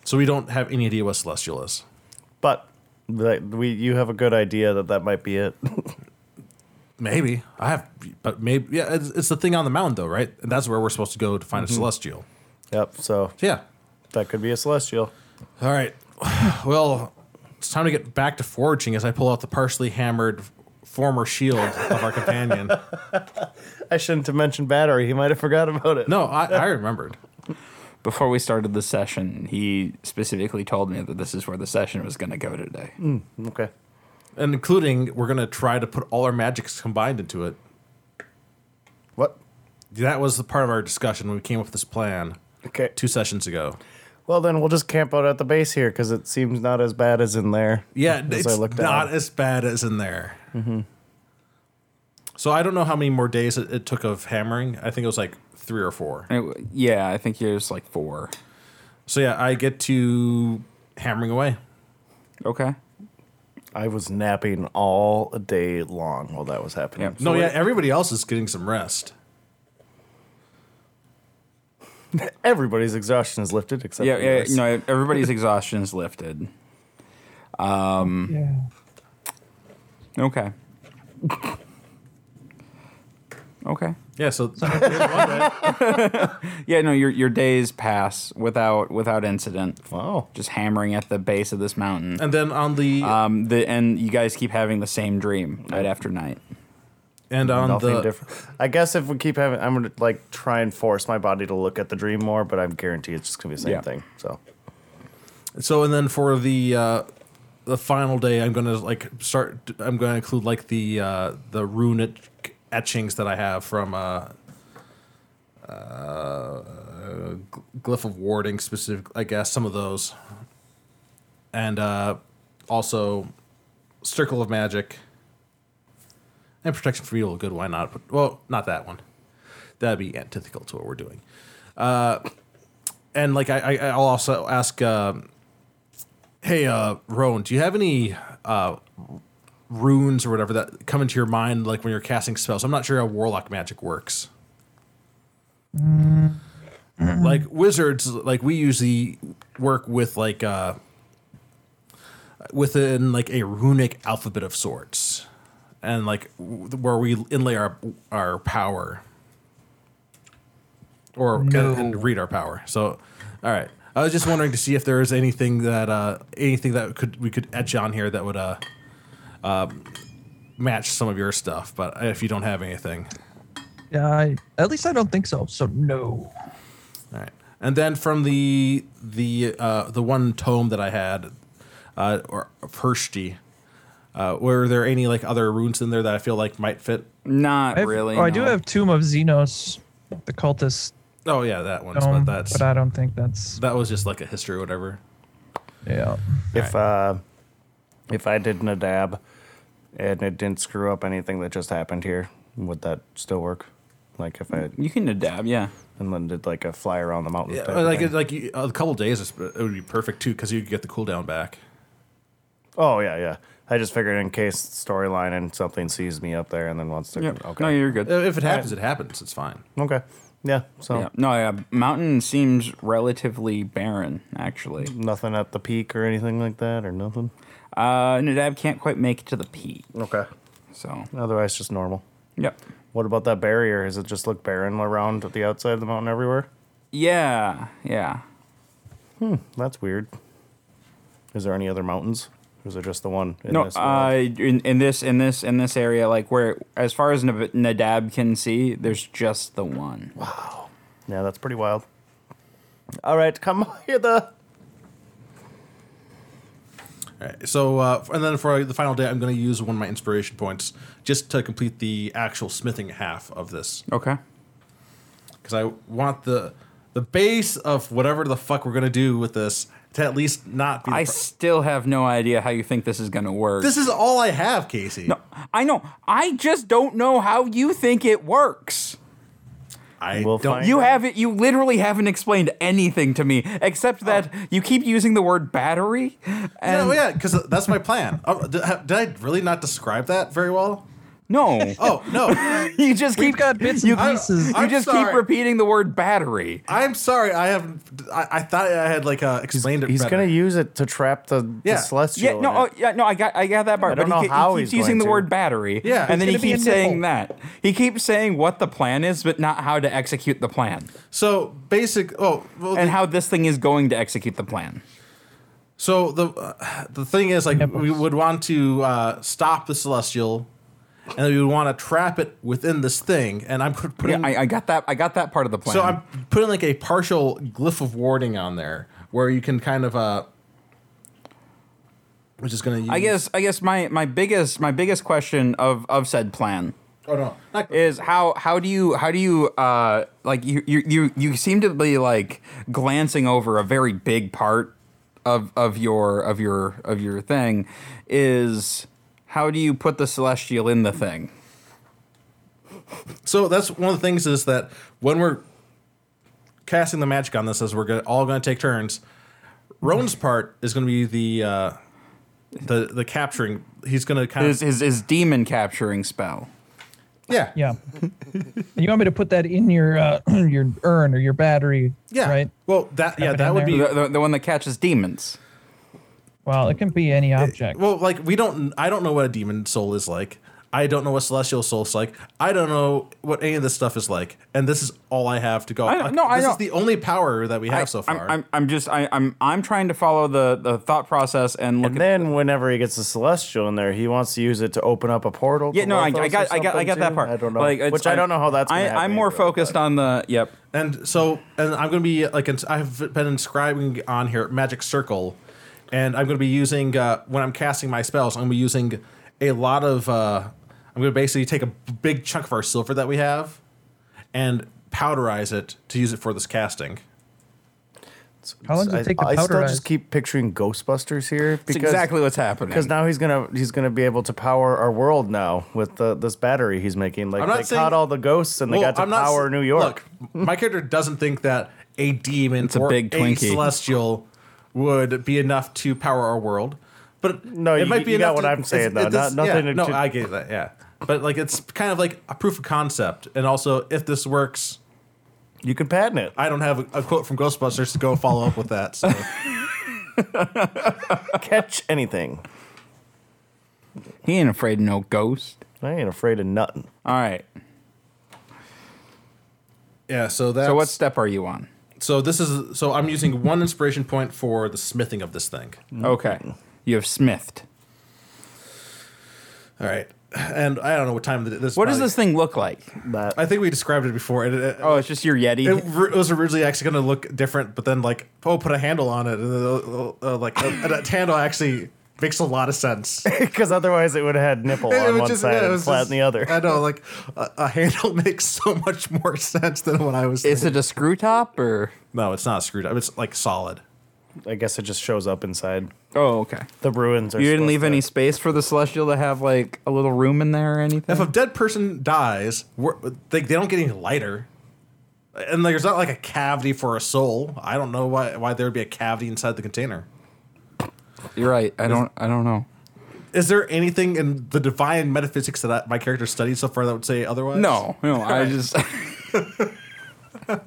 [SPEAKER 1] So we don't have any idea what celestial is.
[SPEAKER 4] but like, we, you have a good idea that that might be it. (laughs)
[SPEAKER 1] Maybe I have, but maybe yeah. It's, it's the thing on the mound though, right? And that's where we're supposed to go to
[SPEAKER 2] Mm-hmm.
[SPEAKER 1] find a celestial.
[SPEAKER 4] yep. So
[SPEAKER 1] Yeah.
[SPEAKER 4] that could be a celestial.
[SPEAKER 1] All right. (sighs) Well, it's time to get back to foraging as I pull out the partially hammered former shield of our
[SPEAKER 2] (laughs)
[SPEAKER 1] companion.
[SPEAKER 4] I shouldn't have mentioned battery. He might have forgot about it.
[SPEAKER 1] No, I, I remembered.
[SPEAKER 2] Before we started the session, he specifically told me that this is where the session was going to go today.
[SPEAKER 4] Okay.
[SPEAKER 1] And including, we're going to try to put all our magics combined into it.
[SPEAKER 4] What?
[SPEAKER 1] That was the part of our discussion when we came up with this plan
[SPEAKER 4] Okay.
[SPEAKER 1] two sessions ago.
[SPEAKER 4] Well, then we'll just camp out at the base here because it seems not as bad as in there.
[SPEAKER 1] Yeah,
[SPEAKER 4] as
[SPEAKER 1] it's
[SPEAKER 4] I looked Mm-hmm.
[SPEAKER 1] not
[SPEAKER 4] down.
[SPEAKER 1] as bad as in there. So I don't know how many more days it, it took of hammering. I think it was like three or four.
[SPEAKER 2] And it- yeah, I think here's like four.
[SPEAKER 1] So yeah, I get to hammering away.
[SPEAKER 2] Okay.
[SPEAKER 4] I was napping all day long while that was happening.
[SPEAKER 2] Yep.
[SPEAKER 1] No, yeah, everybody else is getting some rest.
[SPEAKER 4] Everybody's exhaustion is lifted except
[SPEAKER 2] Yeah,
[SPEAKER 4] for
[SPEAKER 2] yeah.
[SPEAKER 4] yours.
[SPEAKER 2] No, everybody's exhaustion is lifted.
[SPEAKER 3] Yeah.
[SPEAKER 2] (laughs) Okay. Okay.
[SPEAKER 1] Yeah, so
[SPEAKER 4] (laughs)
[SPEAKER 2] Yeah, no, your your days pass without without incident.
[SPEAKER 4] Wow.
[SPEAKER 2] Just hammering at the base of this mountain.
[SPEAKER 1] and then on the
[SPEAKER 4] Uh,
[SPEAKER 2] Um, the and you guys keep having the same dream night after night.
[SPEAKER 1] and on
[SPEAKER 4] Nothing
[SPEAKER 1] the
[SPEAKER 4] different. I guess if we keep having, I'm gonna like try and force my body to look at the dream more, but I guarantee it's just gonna be the same
[SPEAKER 2] Yeah.
[SPEAKER 4] thing. So
[SPEAKER 1] So and then for the uh, the final day, I'm gonna like start. I'm gonna include like the uh, the rune et- etchings that I have from uh, uh, glyph of warding specific. I guess some of those, and uh, also circle of magic and protection for evil. Good, why not? But well, not that one. That'd be antithetical to what we're doing. Uh, and like I, I, I'll also ask. Um, Hey, uh, Roan, do you have any uh, runes or whatever that come into your mind like when you're casting spells? I'm not sure how warlock magic works. Like wizards, like we usually work with like uh, within like a runic alphabet of sorts, and like w- where we inlay our our power or and-
[SPEAKER 3] No.
[SPEAKER 1] and read our power. So, all right. I was just wondering to see if there is anything that uh, anything that could we could etch on here that would uh, match some of your stuff, but if you don't have anything,
[SPEAKER 3] Yeah, I, at least I don't think so. So no.
[SPEAKER 1] all right. And then from the the uh, the one tome that I had, uh, or of Hershti, uh, were there any like other runes in there that I feel like might fit?
[SPEAKER 2] Not
[SPEAKER 3] I have-
[SPEAKER 2] really.
[SPEAKER 3] Oh, I do
[SPEAKER 2] no.
[SPEAKER 3] have Tomb of Xenos, the cultist
[SPEAKER 1] Oh yeah, that one's,
[SPEAKER 3] dome,
[SPEAKER 1] but that's
[SPEAKER 3] Um, but I don't think that's
[SPEAKER 1] that was just like a history or whatever.
[SPEAKER 3] yeah.
[SPEAKER 4] if uh, if I did a dab and it didn't screw up anything that just happened here, would that still work? Like if I
[SPEAKER 2] You can dab, yeah.
[SPEAKER 4] and then did like a fly around the mountain.
[SPEAKER 1] Yeah,
[SPEAKER 4] type of
[SPEAKER 1] like
[SPEAKER 4] thing.
[SPEAKER 1] it, like you, a couple days, it's- it would be perfect too because you could get the cooldown back.
[SPEAKER 4] oh yeah, yeah. I just figured in case storyline and something sees me up there and then wants to.
[SPEAKER 2] Yep.
[SPEAKER 4] Okay.
[SPEAKER 2] No, you're good.
[SPEAKER 1] Uh, If it happens, it happens. It's fine.
[SPEAKER 4] okay. Yeah. So
[SPEAKER 2] Yeah. No, yeah. Mountain seems relatively barren, actually.
[SPEAKER 4] nothing at the peak or anything like that or nothing.
[SPEAKER 2] Uh, Nadab can't quite make it to the peak,
[SPEAKER 4] Okay.
[SPEAKER 2] so
[SPEAKER 4] Otherwise, just normal.
[SPEAKER 2] yep.
[SPEAKER 4] What about that barrier? Does it just look barren around the outside of the mountain everywhere?
[SPEAKER 2] Yeah, yeah.
[SPEAKER 4] That's weird. Is there any other mountains? Or is there just the one in
[SPEAKER 2] no,
[SPEAKER 4] this
[SPEAKER 2] uh,
[SPEAKER 4] world?
[SPEAKER 2] in, in this in this in this area, like where as far as Nab- Nadab can see, there's just the one.
[SPEAKER 4] Yeah, that's pretty wild. All right, come (laughs) here the
[SPEAKER 1] Alright, So, uh, and then for the final day, I'm going to use one of my inspiration points just to complete the actual smithing half of this
[SPEAKER 2] Okay.
[SPEAKER 1] because I want the the base of whatever the fuck we're gonna do with this to at least not be. The
[SPEAKER 2] I
[SPEAKER 1] pro-
[SPEAKER 2] still have no idea how you think this is going to work.
[SPEAKER 1] this is all I have, Casey.
[SPEAKER 2] I know. I just don't know how you think it works.
[SPEAKER 1] I
[SPEAKER 4] We'll
[SPEAKER 1] don't.
[SPEAKER 4] find-
[SPEAKER 2] You haven't. You literally haven't explained anything to me except that you keep using the word battery.
[SPEAKER 1] Yeah,
[SPEAKER 2] And
[SPEAKER 1] well, yeah, because that's my plan. Oh, did, ha- did I really not describe that very well?
[SPEAKER 2] No,
[SPEAKER 1] Oh (laughs) no,
[SPEAKER 2] (laughs) you just keep
[SPEAKER 3] We've got bits and
[SPEAKER 2] you,
[SPEAKER 3] pieces.
[SPEAKER 2] you
[SPEAKER 1] I'm
[SPEAKER 2] just
[SPEAKER 1] sorry.
[SPEAKER 2] keep repeating the word battery.
[SPEAKER 1] I'm sorry. I have. I, I thought I had like uh, explained it.
[SPEAKER 4] He's
[SPEAKER 1] better.
[SPEAKER 4] gonna use it to trap the,
[SPEAKER 1] Yeah.
[SPEAKER 4] the celestial.
[SPEAKER 2] Yeah, no,
[SPEAKER 4] in it.
[SPEAKER 2] oh, yeah, no, I got, I got that part.
[SPEAKER 4] I don't
[SPEAKER 2] but he,
[SPEAKER 4] know
[SPEAKER 2] ke-
[SPEAKER 4] how
[SPEAKER 2] he keeps
[SPEAKER 4] he's
[SPEAKER 2] using
[SPEAKER 4] going
[SPEAKER 2] the
[SPEAKER 4] to.
[SPEAKER 2] word battery.
[SPEAKER 1] Yeah,
[SPEAKER 2] and then he
[SPEAKER 3] it's gonna be
[SPEAKER 2] keeps
[SPEAKER 3] a nipple.
[SPEAKER 2] saying that. He keeps saying what the plan is, but not how to execute the plan
[SPEAKER 1] So basic. Oh, well,
[SPEAKER 2] and how this thing is going to execute the plan.
[SPEAKER 1] So the uh, the thing is, like, we would want to uh, stop the celestial, and we would want to trap it within this thing. And I'm put-
[SPEAKER 2] Yeah,
[SPEAKER 1] putting
[SPEAKER 2] I, I got that. I got that part of the plan.
[SPEAKER 1] so I'm putting like a partial glyph of warding on there, where you can kind of uh, which is gonna. Use,
[SPEAKER 2] I guess I guess my, my biggest my biggest question of, of said plan
[SPEAKER 1] Oh no, not,
[SPEAKER 2] is how how do you how do you uh like you you you, you seem to be like glancing over a very big part of of your of your of your thing is how do you put the celestial in the thing?
[SPEAKER 1] so that's one of the things is that when we're casting the magic on this, as we're gonna, all going to take turns,
[SPEAKER 3] Mm-hmm.
[SPEAKER 1] Roan's part is going to be the uh, the the capturing. He's going to kind
[SPEAKER 2] Is
[SPEAKER 1] of
[SPEAKER 2] is is demon capturing spell?
[SPEAKER 1] yeah
[SPEAKER 3] Yeah. and you want me to put that in your uh, (clears throat) your urn or your battery?
[SPEAKER 1] Yeah.
[SPEAKER 3] Right.
[SPEAKER 1] Well, that yeah,
[SPEAKER 3] it
[SPEAKER 1] that
[SPEAKER 3] in
[SPEAKER 1] would
[SPEAKER 3] there.
[SPEAKER 1] be
[SPEAKER 2] The, the, the one that catches demons.
[SPEAKER 3] Well, it can be any object.
[SPEAKER 1] well, like we don't I don't know what a demon soul is like. I don't know what celestial soul is like. I don't know what any of this stuff is like. And this is all I have to go.
[SPEAKER 2] I don't- no, I
[SPEAKER 1] this is
[SPEAKER 2] don't-
[SPEAKER 1] the only power that we have so
[SPEAKER 2] I'm,
[SPEAKER 1] far.
[SPEAKER 2] I'm, I'm just I, I'm I'm trying to follow the, the thought process and look
[SPEAKER 4] And
[SPEAKER 2] at
[SPEAKER 4] then whenever he gets the celestial in there, he wants to use it to open up a portal.
[SPEAKER 2] Yeah,
[SPEAKER 4] to
[SPEAKER 2] no, I, I
[SPEAKER 4] Lothos
[SPEAKER 2] got,
[SPEAKER 4] or
[SPEAKER 2] I got, I
[SPEAKER 4] something,
[SPEAKER 2] got that
[SPEAKER 4] too?
[SPEAKER 2] part.
[SPEAKER 4] I don't know,
[SPEAKER 2] Like, it's-
[SPEAKER 4] which I, don't know how that's.
[SPEAKER 2] I,
[SPEAKER 4] gonna
[SPEAKER 2] I'm
[SPEAKER 4] happen
[SPEAKER 2] more
[SPEAKER 4] either,
[SPEAKER 2] focused
[SPEAKER 4] but-
[SPEAKER 2] on the. Yep.
[SPEAKER 1] and so and I'm going to be like ins- I've been inscribing on here magic circle and I'm going to be using uh, when I'm casting my spells, I'm going to be using a lot of uh, I'm going to basically take a big chunk of our silver that we have and powderize it to use it for this casting.
[SPEAKER 3] How long does
[SPEAKER 4] I-
[SPEAKER 3] it take to
[SPEAKER 4] I still
[SPEAKER 3] powderize?
[SPEAKER 4] just keep picturing Ghostbusters here
[SPEAKER 2] It's
[SPEAKER 4] because
[SPEAKER 2] exactly what's happening.
[SPEAKER 4] because now he's gonna he's gonna be able to power our world now with the, this battery he's making. Like
[SPEAKER 1] I'm not
[SPEAKER 4] they
[SPEAKER 1] saying-
[SPEAKER 4] caught all the ghosts and they
[SPEAKER 1] Well,
[SPEAKER 4] got to
[SPEAKER 1] I'm not
[SPEAKER 4] power
[SPEAKER 1] s-
[SPEAKER 4] New York.
[SPEAKER 1] Look, my character doesn't think that a demon
[SPEAKER 2] a
[SPEAKER 1] or
[SPEAKER 2] big
[SPEAKER 1] a
[SPEAKER 2] Twinkie.
[SPEAKER 1] celestial would be enough to power our world. But
[SPEAKER 4] No,
[SPEAKER 1] it
[SPEAKER 4] you-
[SPEAKER 1] might be
[SPEAKER 4] you got
[SPEAKER 1] enough
[SPEAKER 4] what
[SPEAKER 1] to-
[SPEAKER 4] I'm
[SPEAKER 1] it's-
[SPEAKER 4] saying,
[SPEAKER 1] it
[SPEAKER 4] though,
[SPEAKER 1] does-
[SPEAKER 4] not- nothing
[SPEAKER 1] yeah,
[SPEAKER 4] to-
[SPEAKER 1] no,
[SPEAKER 4] to-
[SPEAKER 1] I get that. Yeah, but like it's kind of like a proof of concept, and also if this works,
[SPEAKER 4] You can patent it.
[SPEAKER 1] I don't have a, a quote from Ghostbusters to go follow up with that.
[SPEAKER 2] (laughs)
[SPEAKER 1] So
[SPEAKER 4] Catch anything.
[SPEAKER 2] he ain't afraid of no ghost.
[SPEAKER 4] I ain't afraid of nothing.
[SPEAKER 2] All right.
[SPEAKER 1] yeah, so that's
[SPEAKER 2] So what step are you on?
[SPEAKER 1] so this is so I'm using one inspiration point for the smithing of this thing.
[SPEAKER 2] Okay. You have smithed.
[SPEAKER 1] All right, and I don't know what time this.
[SPEAKER 2] What does
[SPEAKER 1] probably-
[SPEAKER 2] this thing look like?
[SPEAKER 4] That (laughs)
[SPEAKER 1] I think we described it before. and it,
[SPEAKER 2] Oh, it's just your yeti.
[SPEAKER 1] It r- was originally actually going to look different, but then like oh, put a handle on it, and then, uh, uh, like a, that handle actually makes a lot of (laughs) sense.
[SPEAKER 4] because otherwise it would have had nipple on
[SPEAKER 1] was
[SPEAKER 4] one
[SPEAKER 1] just-
[SPEAKER 4] side
[SPEAKER 1] yeah, (laughs) it
[SPEAKER 4] and
[SPEAKER 1] was
[SPEAKER 4] flat
[SPEAKER 1] just-
[SPEAKER 4] on the other.
[SPEAKER 1] I know, like a, a handle (laughs) makes so much more sense than what I was.
[SPEAKER 2] Is
[SPEAKER 1] thinking.
[SPEAKER 2] it a screw top or?
[SPEAKER 1] no, it's not screwed up. It's like solid.
[SPEAKER 4] I guess it just shows up inside.
[SPEAKER 2] Oh, okay.
[SPEAKER 4] The ruins are.
[SPEAKER 2] You didn't
[SPEAKER 4] supposed
[SPEAKER 2] leave
[SPEAKER 4] to-
[SPEAKER 2] any space for the celestial to have like a little room in there or anything.
[SPEAKER 1] If a dead person dies, we're, they they don't get any lighter. And there's not like a cavity for a soul. I don't know why why there would be a cavity inside the container.
[SPEAKER 2] You're right. I don't. I don't know.
[SPEAKER 1] Is there anything in the divine metaphysics that I, my character studied so far that would say otherwise?
[SPEAKER 2] No,
[SPEAKER 4] (laughs)
[SPEAKER 2] no. I just. (laughs)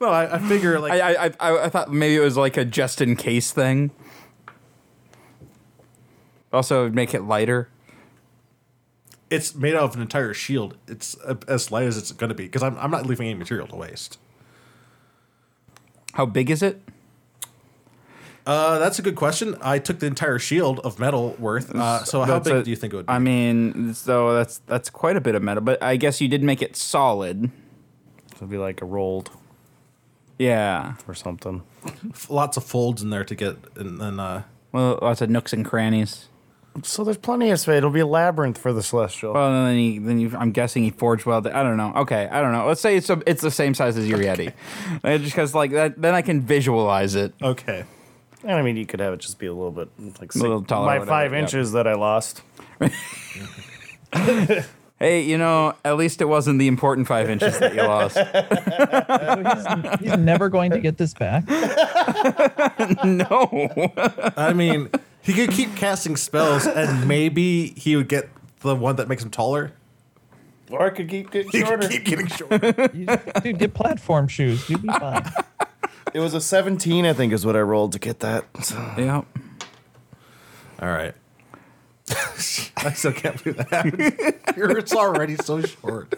[SPEAKER 1] no. I, I figure like
[SPEAKER 2] I, I, I, I thought maybe it was like a just in case thing. Also, it'd make it lighter.
[SPEAKER 1] it's made out of an entire shield. It's uh, as light as it's going to be because I'm, I'm not leaving any material to waste.
[SPEAKER 2] How big is it?
[SPEAKER 1] Uh, that's a good question. I took the entire shield of metal worth. Uh, so how
[SPEAKER 2] That's
[SPEAKER 1] big
[SPEAKER 2] a-
[SPEAKER 1] do you think it would be?
[SPEAKER 2] I mean, so that's that's quite a bit of metal, but I guess you did make it solid.
[SPEAKER 4] It'd be like a rolled
[SPEAKER 2] Yeah.
[SPEAKER 4] or something.
[SPEAKER 1] F- Lots of folds in there to get, and then uh,
[SPEAKER 2] Well, lots of nooks and crannies.
[SPEAKER 4] So there's plenty of space. It'll be a labyrinth for the celestial.
[SPEAKER 2] Well, then he, then you, I'm guessing he forge welded. I don't know. Okay, I don't know. Let's say it's a, it's the same size as your Yeti, (laughs) Uh, just because like that, then I can visualize it.
[SPEAKER 1] Okay.
[SPEAKER 4] I mean, you could have it just be a little bit like six,
[SPEAKER 2] little taller or
[SPEAKER 4] my
[SPEAKER 2] whatever,
[SPEAKER 4] five
[SPEAKER 2] yeah.
[SPEAKER 4] inches that I lost.
[SPEAKER 2] Hey, you know, at least it wasn't the important five inches that
[SPEAKER 1] (laughs)
[SPEAKER 2] you lost.
[SPEAKER 3] He's never going to get this back.
[SPEAKER 2] no, (laughs)
[SPEAKER 1] I mean, he could keep casting spells, and maybe he would get the one that makes him taller.
[SPEAKER 4] Or I could
[SPEAKER 1] (laughs)
[SPEAKER 4] keep getting
[SPEAKER 1] He could
[SPEAKER 4] shorter.
[SPEAKER 1] keep getting shorter.
[SPEAKER 3] You- dude, get platform shoes. You'll be
[SPEAKER 4] (laughs)
[SPEAKER 3] fine.
[SPEAKER 4] It was a 17, I think, is what I rolled to get that. So.
[SPEAKER 2] yeah,
[SPEAKER 1] (laughs) All right. (laughs) I still can't believe that happened. (laughs) You're- it's already so short.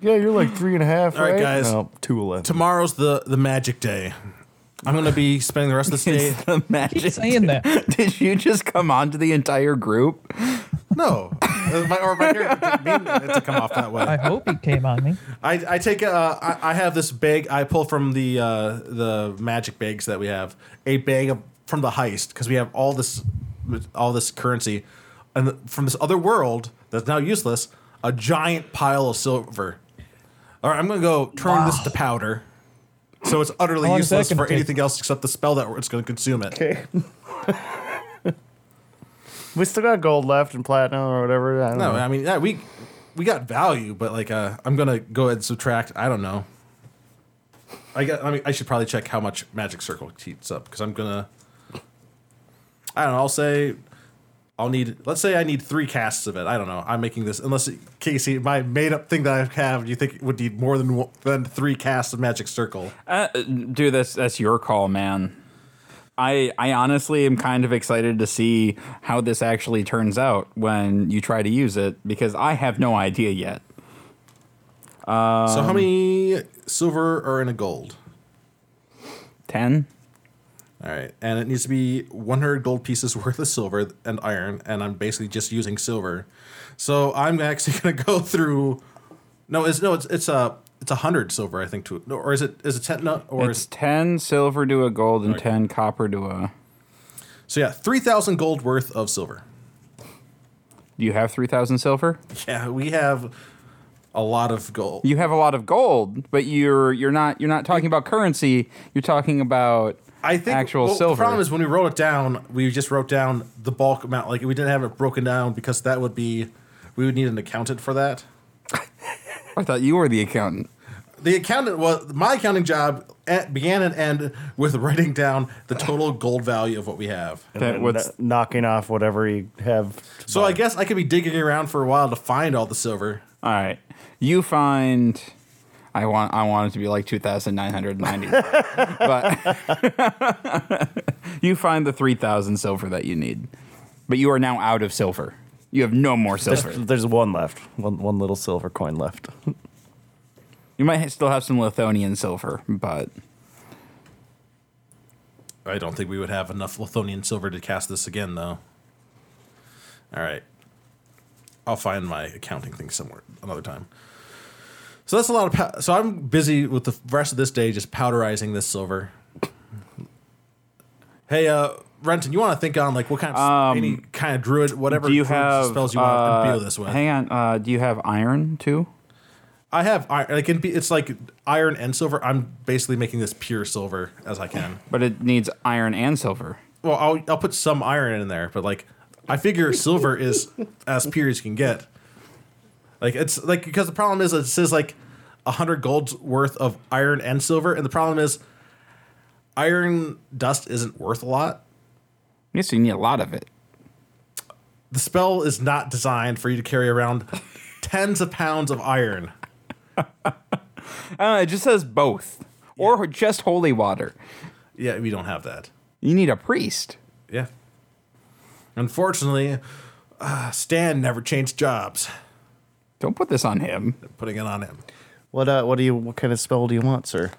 [SPEAKER 4] Yeah, you're like three and a half,
[SPEAKER 1] All right, guys.
[SPEAKER 4] No, two eleven.
[SPEAKER 1] Tomorrow's the the magic day. I'm gonna be spending the rest of this day.
[SPEAKER 2] it's (laughs) the magic.
[SPEAKER 3] Keep saying that.
[SPEAKER 2] Did you just come onto the entire group?
[SPEAKER 1] (laughs) No, Uh, my or my character didn't mean it to come off that way.
[SPEAKER 3] I hope he came on me.
[SPEAKER 1] I, I take uh, I, I have this bag I pull from the uh, the magic bags that we have a bag of, from the heist because we have all this all this currency and th- from this other world that's now useless a giant pile of silver. All right, I'm gonna go turn this to powder, so it's utterly
[SPEAKER 3] How long is that
[SPEAKER 1] useless
[SPEAKER 3] gonna
[SPEAKER 1] for
[SPEAKER 3] take?
[SPEAKER 1] anything else except the spell that it's gonna consume it.
[SPEAKER 4] Okay. (laughs) we still got gold left and platinum or whatever. I don't
[SPEAKER 1] No,
[SPEAKER 4] know.
[SPEAKER 1] I mean yeah, we we got value, but like uh, I'm gonna go ahead and subtract. I don't know. I got. I mean, I should probably check how much Magic Circle heats up because I'm gonna. I don't know. I'll say, I'll need. Let's say I need three casts of it. I don't know. I'm making this unless Casey, my made up thing that I have, you think would need more than one- than three casts of Magic Circle.
[SPEAKER 2] Uh, dude, that's that's your call, man. I I honestly am kind of excited to see how this actually turns out when you try to use it because I have no idea yet.
[SPEAKER 1] so how many silver are in a gold?
[SPEAKER 2] Ten.
[SPEAKER 1] All right, and it needs to be 100 gold pieces (laughs) worth of silver and iron, and I'm basically just using silver. So I'm actually (laughs) gonna go through. No, it's no, it's it's a it's a hundred silver, I think. To no, or is it is it ten? No, or
[SPEAKER 2] It's
[SPEAKER 1] is,
[SPEAKER 2] ten silver to a gold and ten copper to a.
[SPEAKER 1] so yeah, three thousand gold worth of silver.
[SPEAKER 2] Do you have three thousand silver?
[SPEAKER 1] (laughs) Yeah, we have a lot of gold.
[SPEAKER 2] You have a lot of gold, but you're you're not you're not talking about currency. You're talking about
[SPEAKER 1] I think
[SPEAKER 2] actual
[SPEAKER 1] well,
[SPEAKER 2] silver.
[SPEAKER 1] The problem is when we wrote it down, we just wrote down the bulk amount. Like we didn't have it broken down because that would be we would need an accountant for that.
[SPEAKER 2] I thought you were the accountant.
[SPEAKER 1] the accountant was my accounting job at, began and ended with writing down the total gold value of what we have.
[SPEAKER 2] That
[SPEAKER 4] And
[SPEAKER 2] what's
[SPEAKER 4] kn- knocking off whatever you have.
[SPEAKER 1] So I guess I could be digging around for a while to find all the silver.
[SPEAKER 2] all right. You find. I want I want it to be like two thousand nine hundred ninety, but (laughs) you find the three thousand silver that you need, but you are now out of silver. You have no more silver.
[SPEAKER 4] There's one left. One one little silver coin left. (laughs)
[SPEAKER 2] You might still have some Lithonian silver, but
[SPEAKER 1] I don't think we would have enough Lithonian silver to cast this again, though. All right, I'll find my accounting thing somewhere another time. So that's a lot of. pow- so I'm busy with the rest of this day just powderizing this silver. Hey, uh, Renton, you want to think on like what kind of any kind of druid, whatever
[SPEAKER 2] Um, do you
[SPEAKER 1] druid
[SPEAKER 2] have
[SPEAKER 1] spells you want to
[SPEAKER 2] uh,
[SPEAKER 1] imbue this with?
[SPEAKER 2] Hang on, uh, do you have iron too?
[SPEAKER 1] I have iron. Like it'd be- it's like iron and silver. I'm basically making this pure silver as I can.
[SPEAKER 2] But it needs iron and silver.
[SPEAKER 1] Well, I'll I'll put some iron in there, but like I figure silver is as pure as you can get. Like it's like because the problem is it says like hundred golds worth of iron and silver, and the problem is iron dust isn't worth a lot.
[SPEAKER 2] Yes, you need a lot of it.
[SPEAKER 1] The spell is not designed for you to carry around tens of pounds of iron.
[SPEAKER 2] Uh, it just says both, or just holy water.
[SPEAKER 1] Yeah, we don't have that.
[SPEAKER 2] You need a priest.
[SPEAKER 1] Yeah. Unfortunately, uh, Stan never changed jobs.
[SPEAKER 2] Don't put this on him.
[SPEAKER 1] Putting it on him.
[SPEAKER 4] What uh? What do you? What kind of spell do you want, sir?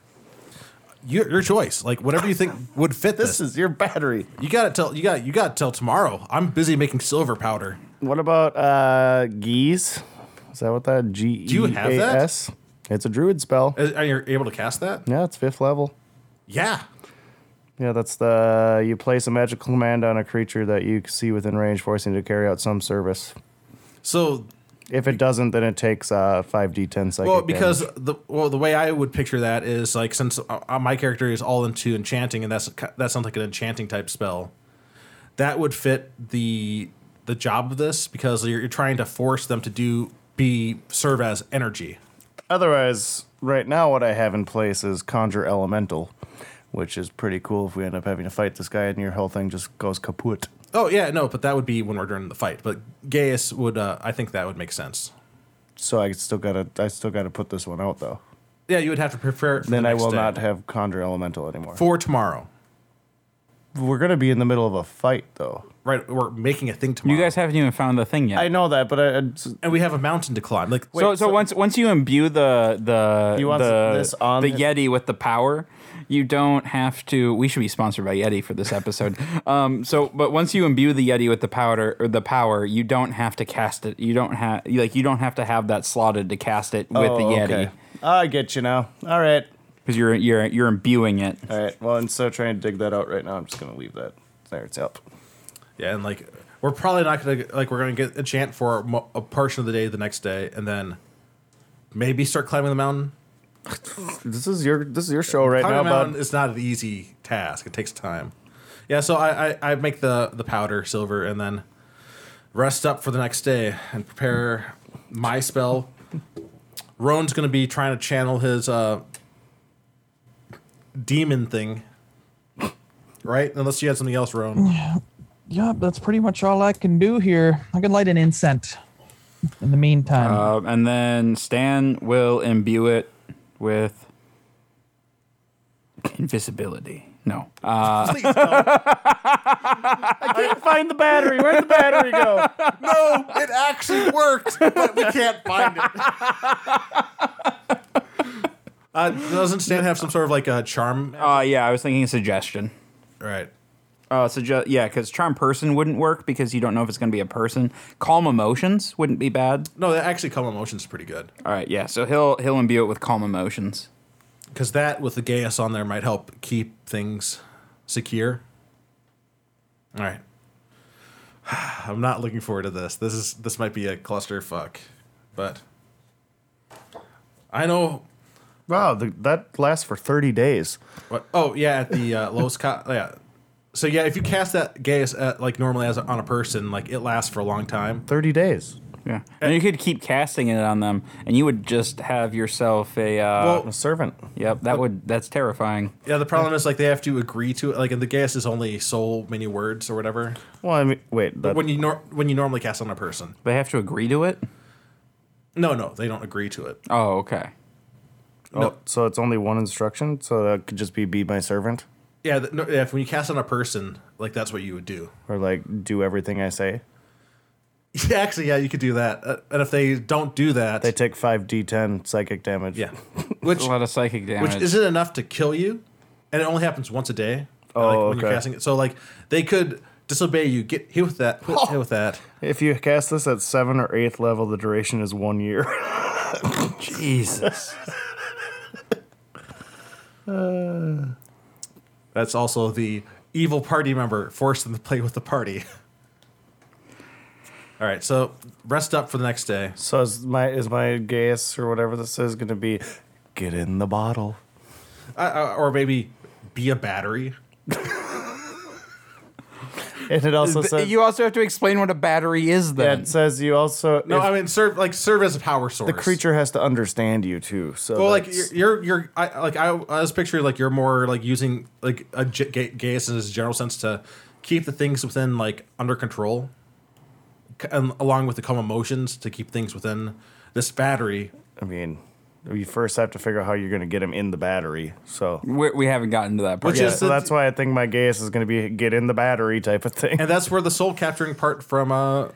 [SPEAKER 1] Your, your choice. Like whatever you think would fit this.
[SPEAKER 4] This is your battery.
[SPEAKER 1] You gotta tell you got you gotta tell tomorrow. I'm busy making silver powder.
[SPEAKER 4] What about uh geese? Is that what that G
[SPEAKER 1] you
[SPEAKER 4] E
[SPEAKER 1] have
[SPEAKER 4] A
[SPEAKER 1] that?
[SPEAKER 4] S? It's a druid spell.
[SPEAKER 1] Uh, Is- Are you able to cast that?
[SPEAKER 4] Yeah, it's fifth level.
[SPEAKER 1] Yeah.
[SPEAKER 4] Yeah, that's the you place a magical command on a creature that you see within range, forcing it to carry out some service.
[SPEAKER 1] So
[SPEAKER 4] If it doesn't, then it takes uh, 5d10 psychic.
[SPEAKER 1] Well, because the well, the way I would picture that is like since uh, my character is all into enchanting, and that's that sounds like an enchanting type spell. That would fit the the job of this because you're, you're trying to force them to do be serve as energy.
[SPEAKER 4] Otherwise, right now, what I have in place is Conjure Elemental, which is pretty cool if we end up having to fight this guy and your whole thing just goes kaput.
[SPEAKER 1] Oh yeah, no, but that would be when we're during the fight. But Gaius would, uh, I think that would make sense.
[SPEAKER 4] So I still gotta, I still gotta put this one out though.
[SPEAKER 1] Yeah, you would have to prepare. It for
[SPEAKER 4] Then
[SPEAKER 1] the
[SPEAKER 4] I
[SPEAKER 1] next
[SPEAKER 4] will
[SPEAKER 1] day.
[SPEAKER 4] not have Conjure Elemental anymore.
[SPEAKER 1] for tomorrow.
[SPEAKER 4] We're gonna be in the middle of a fight though.
[SPEAKER 1] Right, we're making a thing tomorrow.
[SPEAKER 2] You guys haven't even found the thing yet.
[SPEAKER 4] I know that, but I, I-
[SPEAKER 1] and we have a mountain to climb. Like
[SPEAKER 2] so, so once once you imbue the the
[SPEAKER 4] You want
[SPEAKER 2] the,
[SPEAKER 4] this on
[SPEAKER 2] the
[SPEAKER 4] it?
[SPEAKER 2] Yeti with the power, you don't have to. We should be sponsored by Yeti for this
[SPEAKER 4] (laughs)
[SPEAKER 2] episode. um, so, but once you imbue the Yeti with the powder or the power, you don't have to cast it. You don't have like you don't have to have that slotted to cast it with
[SPEAKER 4] Oh,
[SPEAKER 2] the Yeti
[SPEAKER 4] okay. I get you now. All right.
[SPEAKER 2] because you're you're you're imbuing it.
[SPEAKER 4] All right. Well, instead of trying to dig that out right now, I'm just gonna leave that there. It's up.
[SPEAKER 1] Yeah, and like we're probably not gonna like we're gonna get a chant for mo- a portion of the day the next day, and then maybe start climbing the mountain.
[SPEAKER 4] This is your this is your show right
[SPEAKER 1] Climbing
[SPEAKER 4] now,
[SPEAKER 1] the mountain
[SPEAKER 4] bud.
[SPEAKER 1] is not an easy task; it takes time. Yeah, so I, I I make the the powder silver, and then rest up for the next day and prepare my spell. Roan's gonna be trying to channel his uh demon thing, right? Unless you had something else, Roan.
[SPEAKER 3] Yup, that's pretty much all I can do here. I can light an incense in the meantime.
[SPEAKER 4] Uh,
[SPEAKER 2] Um, and then Stan will imbue it with invisibility. No. Uh,
[SPEAKER 1] Please don't.
[SPEAKER 4] Find the battery. Where'd the battery go?
[SPEAKER 1] No, it actually worked, but we can't find it. (laughs) Uh, doesn't Stan have some sort of like a charm? All
[SPEAKER 2] uh, yeah, I was thinking suggestion.
[SPEAKER 1] right.
[SPEAKER 2] Uh, suggest yeah, because charm person wouldn't work because you don't know if it's going to be a person. Calm emotions wouldn't be bad.
[SPEAKER 1] No, that actually calm emotions is pretty good
[SPEAKER 2] All right, yeah. So he'll he'll imbue it with calm emotions.
[SPEAKER 1] because that with the Gaius on there might help keep things secure. All right. (sighs) I'm not looking forward to this. This is this might be a clusterfuck, but I know
[SPEAKER 4] (laughs) Wow, the, that lasts for 30 days.
[SPEAKER 1] What? Oh yeah, at the uh, lowest cost. Yeah. So yeah, if you cast that gaze at, like normally as on a person, like it lasts for a long time.
[SPEAKER 4] 30 days.
[SPEAKER 2] Yeah, and you could keep casting it on them, and you would just have yourself a. Uh,
[SPEAKER 1] Well-
[SPEAKER 4] A servant.
[SPEAKER 2] yep, that would that's terrifying.
[SPEAKER 1] Yeah, the problem is like they have to agree to it. Like, and the gaze is only so many words or whatever.
[SPEAKER 4] Well, I mean, wait. That,
[SPEAKER 1] When you nor- when you normally cast on a person,
[SPEAKER 2] They have to agree to it.
[SPEAKER 1] no, no, they don't agree to it.
[SPEAKER 2] Oh, okay.
[SPEAKER 4] oh, So it's only one instruction? So that could just be be my servant?
[SPEAKER 1] Yeah, th- no, if when you cast on a person, like that's what you would do. (laughs)
[SPEAKER 4] Or like do everything I say?
[SPEAKER 1] Yeah, actually, yeah, you could do that. Uh, and if they don't do that,
[SPEAKER 4] They take 5d10 psychic damage.
[SPEAKER 1] yeah,
[SPEAKER 2] (laughs)
[SPEAKER 1] which
[SPEAKER 2] A lot of psychic damage.
[SPEAKER 1] which isn't enough to kill you, and it only happens once a day. Oh, like, when you're
[SPEAKER 4] okay.
[SPEAKER 1] casting it. So like they could disobey you, get hit with that, hit, hit with that.
[SPEAKER 4] If you cast this at 7 or 8th level, the duration is one year. (laughs)
[SPEAKER 2] Jesus.
[SPEAKER 1] That's also the evil party member forced them to play with the party. (laughs) All right, so rest up for the next day.
[SPEAKER 4] so is my, is my Gaius or whatever this is going to be get in the bottle?
[SPEAKER 1] Uh, or maybe be a battery.
[SPEAKER 4] And it also says.
[SPEAKER 2] you also have to explain what a battery is
[SPEAKER 4] yeah,
[SPEAKER 2] then.
[SPEAKER 4] it says you also.
[SPEAKER 1] No,
[SPEAKER 4] if
[SPEAKER 1] I mean serve like serve as a power source.
[SPEAKER 4] the creature has to understand you too. So
[SPEAKER 1] Well, like
[SPEAKER 4] that's-
[SPEAKER 1] you're, you're, you're I, like I, I was picturing like you're more like using like a ge- ga- gaius in his general sense to keep the things within like under control, c- and along with the calm emotions to keep things within this battery.
[SPEAKER 4] I mean, you first have to figure out how you're going to get him in the battery. So,
[SPEAKER 2] we we haven't gotten to that part.
[SPEAKER 1] Which
[SPEAKER 2] yet.
[SPEAKER 1] is-
[SPEAKER 4] so that's why I think my Gaius is going to be get in the battery type of thing.
[SPEAKER 1] And that's where the soul capturing part from uh,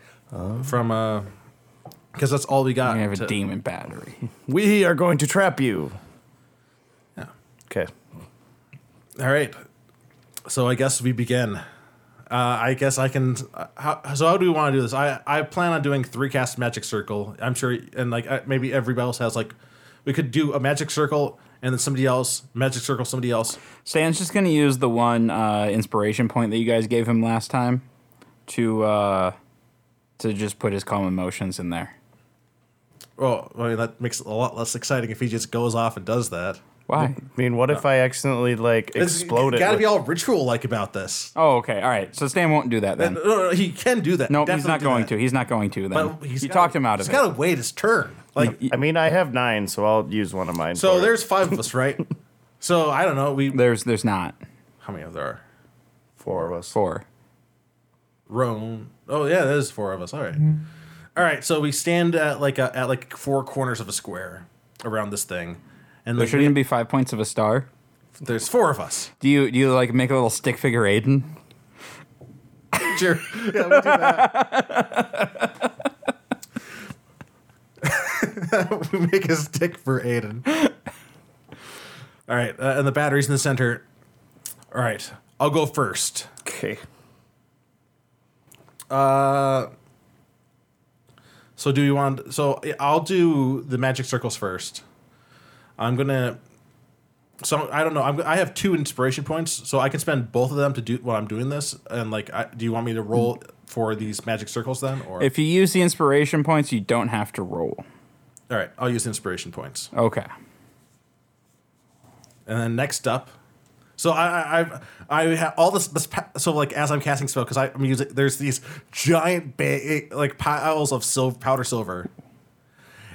[SPEAKER 1] from uh, because that's all we got.
[SPEAKER 2] we Oh. have a
[SPEAKER 1] to-
[SPEAKER 2] demon battery.
[SPEAKER 4] (laughs) We are going to trap you.
[SPEAKER 1] Yeah.
[SPEAKER 4] Okay.
[SPEAKER 1] All right, so I guess we begin. Uh, I guess I can. Uh, how, so how do we want to do this? I I plan on doing three cast magic circle. I'm sure, and like uh, maybe everybody else has like, we could do a magic circle and then somebody else, magic circle, somebody else.
[SPEAKER 2] Stan's just gonna use the one uh, inspiration point that you guys gave him last time to uh, to just put his common motions in there.
[SPEAKER 1] Well, Oh, I mean that makes it a lot less exciting if he just goes off and does that.
[SPEAKER 2] Why?
[SPEAKER 4] I mean, what if I accidentally like explode
[SPEAKER 1] It's
[SPEAKER 4] it?
[SPEAKER 1] gotta
[SPEAKER 4] with-
[SPEAKER 1] be all ritual like about this.
[SPEAKER 2] Oh, okay. All right. So Stan won't do that then.
[SPEAKER 1] No, no, no, he can do that.
[SPEAKER 2] No, he's
[SPEAKER 1] Definitely
[SPEAKER 2] not
[SPEAKER 1] do
[SPEAKER 2] going
[SPEAKER 1] that.
[SPEAKER 2] to. He's not going to. Then
[SPEAKER 1] But he's
[SPEAKER 2] you
[SPEAKER 1] gotta-
[SPEAKER 2] talked him out of
[SPEAKER 1] He's
[SPEAKER 2] it.
[SPEAKER 1] got to wait his turn. Like
[SPEAKER 4] I mean, I have nine, so I'll use one of mine.
[SPEAKER 1] so,
[SPEAKER 2] (laughs)
[SPEAKER 4] for it.
[SPEAKER 1] there's five of us, right? so I don't know. We
[SPEAKER 2] There's there's not
[SPEAKER 1] how many of there are?
[SPEAKER 4] four of us.
[SPEAKER 2] four.
[SPEAKER 1] Roan. Oh yeah, there's four of us. All right. All right. So we stand at like a, at like four corners of a square around this thing, and
[SPEAKER 2] There
[SPEAKER 1] like,
[SPEAKER 2] shouldn't be five points of a star.
[SPEAKER 1] there's four of us.
[SPEAKER 2] Do you do you like make a little stick figure Aiden?
[SPEAKER 1] Sure. yeah, we do that. (laughs) we make a stick for Aiden. All right, uh, and the batteries in the center. All right, I'll go first.
[SPEAKER 4] Okay.
[SPEAKER 1] So do you want? So I'll do the magic circles first. I'm gonna. So I don't know. I'm, I have two inspiration points, so I can spend both of them to do while I'm doing this. And like, I, do you want me to roll for these magic circles then? Or
[SPEAKER 2] If you use the inspiration points, you don't have to roll.
[SPEAKER 1] all right, I'll use inspiration points.
[SPEAKER 2] Okay.
[SPEAKER 1] And then next up, so I I I've, I have all this this pa- so like as I'm casting spell because I'm using there's these giant ba- like piles of silver powder silver,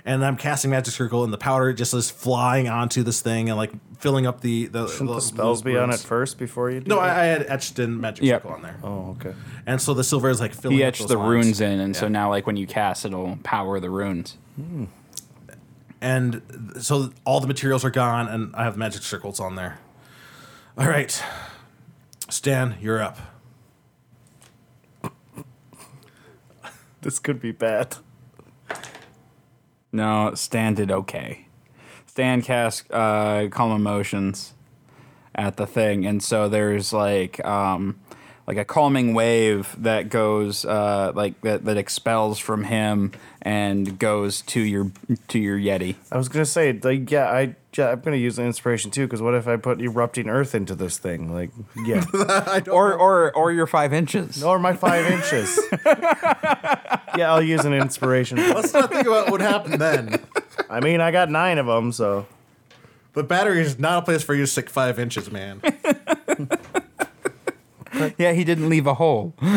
[SPEAKER 1] and I'm casting magic circle and the powder just is flying onto this thing and like filling up the the,
[SPEAKER 4] Shouldn't the spells be on it first before you do
[SPEAKER 1] No,
[SPEAKER 4] it?
[SPEAKER 1] I, I had etched in magic
[SPEAKER 2] Yep.
[SPEAKER 1] circle on there,
[SPEAKER 4] Oh, okay.
[SPEAKER 1] and so the silver is like filling.
[SPEAKER 2] He
[SPEAKER 1] up
[SPEAKER 2] etched
[SPEAKER 1] those
[SPEAKER 2] the
[SPEAKER 1] lines.
[SPEAKER 2] runes in, and so now like when you cast, it'll power the runes.
[SPEAKER 1] and th- so all the materials are gone, and I have magic circles on there. All right, Stan, you're up.
[SPEAKER 4] This could be bad.
[SPEAKER 2] No, Stan did okay. Stan cast uh, calm emotions at the thing, and so there's like um, like a calming wave that goes uh, like that, that expels from him and goes to your to your yeti.
[SPEAKER 4] I was gonna say, like, yeah, I, yeah, I'm gonna use the inspiration too, because what if I put erupting earth into this thing? Like, (laughs) yeah,
[SPEAKER 2] or or or your five inches.
[SPEAKER 4] or my five inches. yeah, I'll use an inspiration.
[SPEAKER 1] Let's not think about what happened then.
[SPEAKER 4] I mean, I got nine of them, so
[SPEAKER 1] The battery is not a place for you to stick five inches, man.
[SPEAKER 2] Yeah, he didn't leave a hole. (laughs) All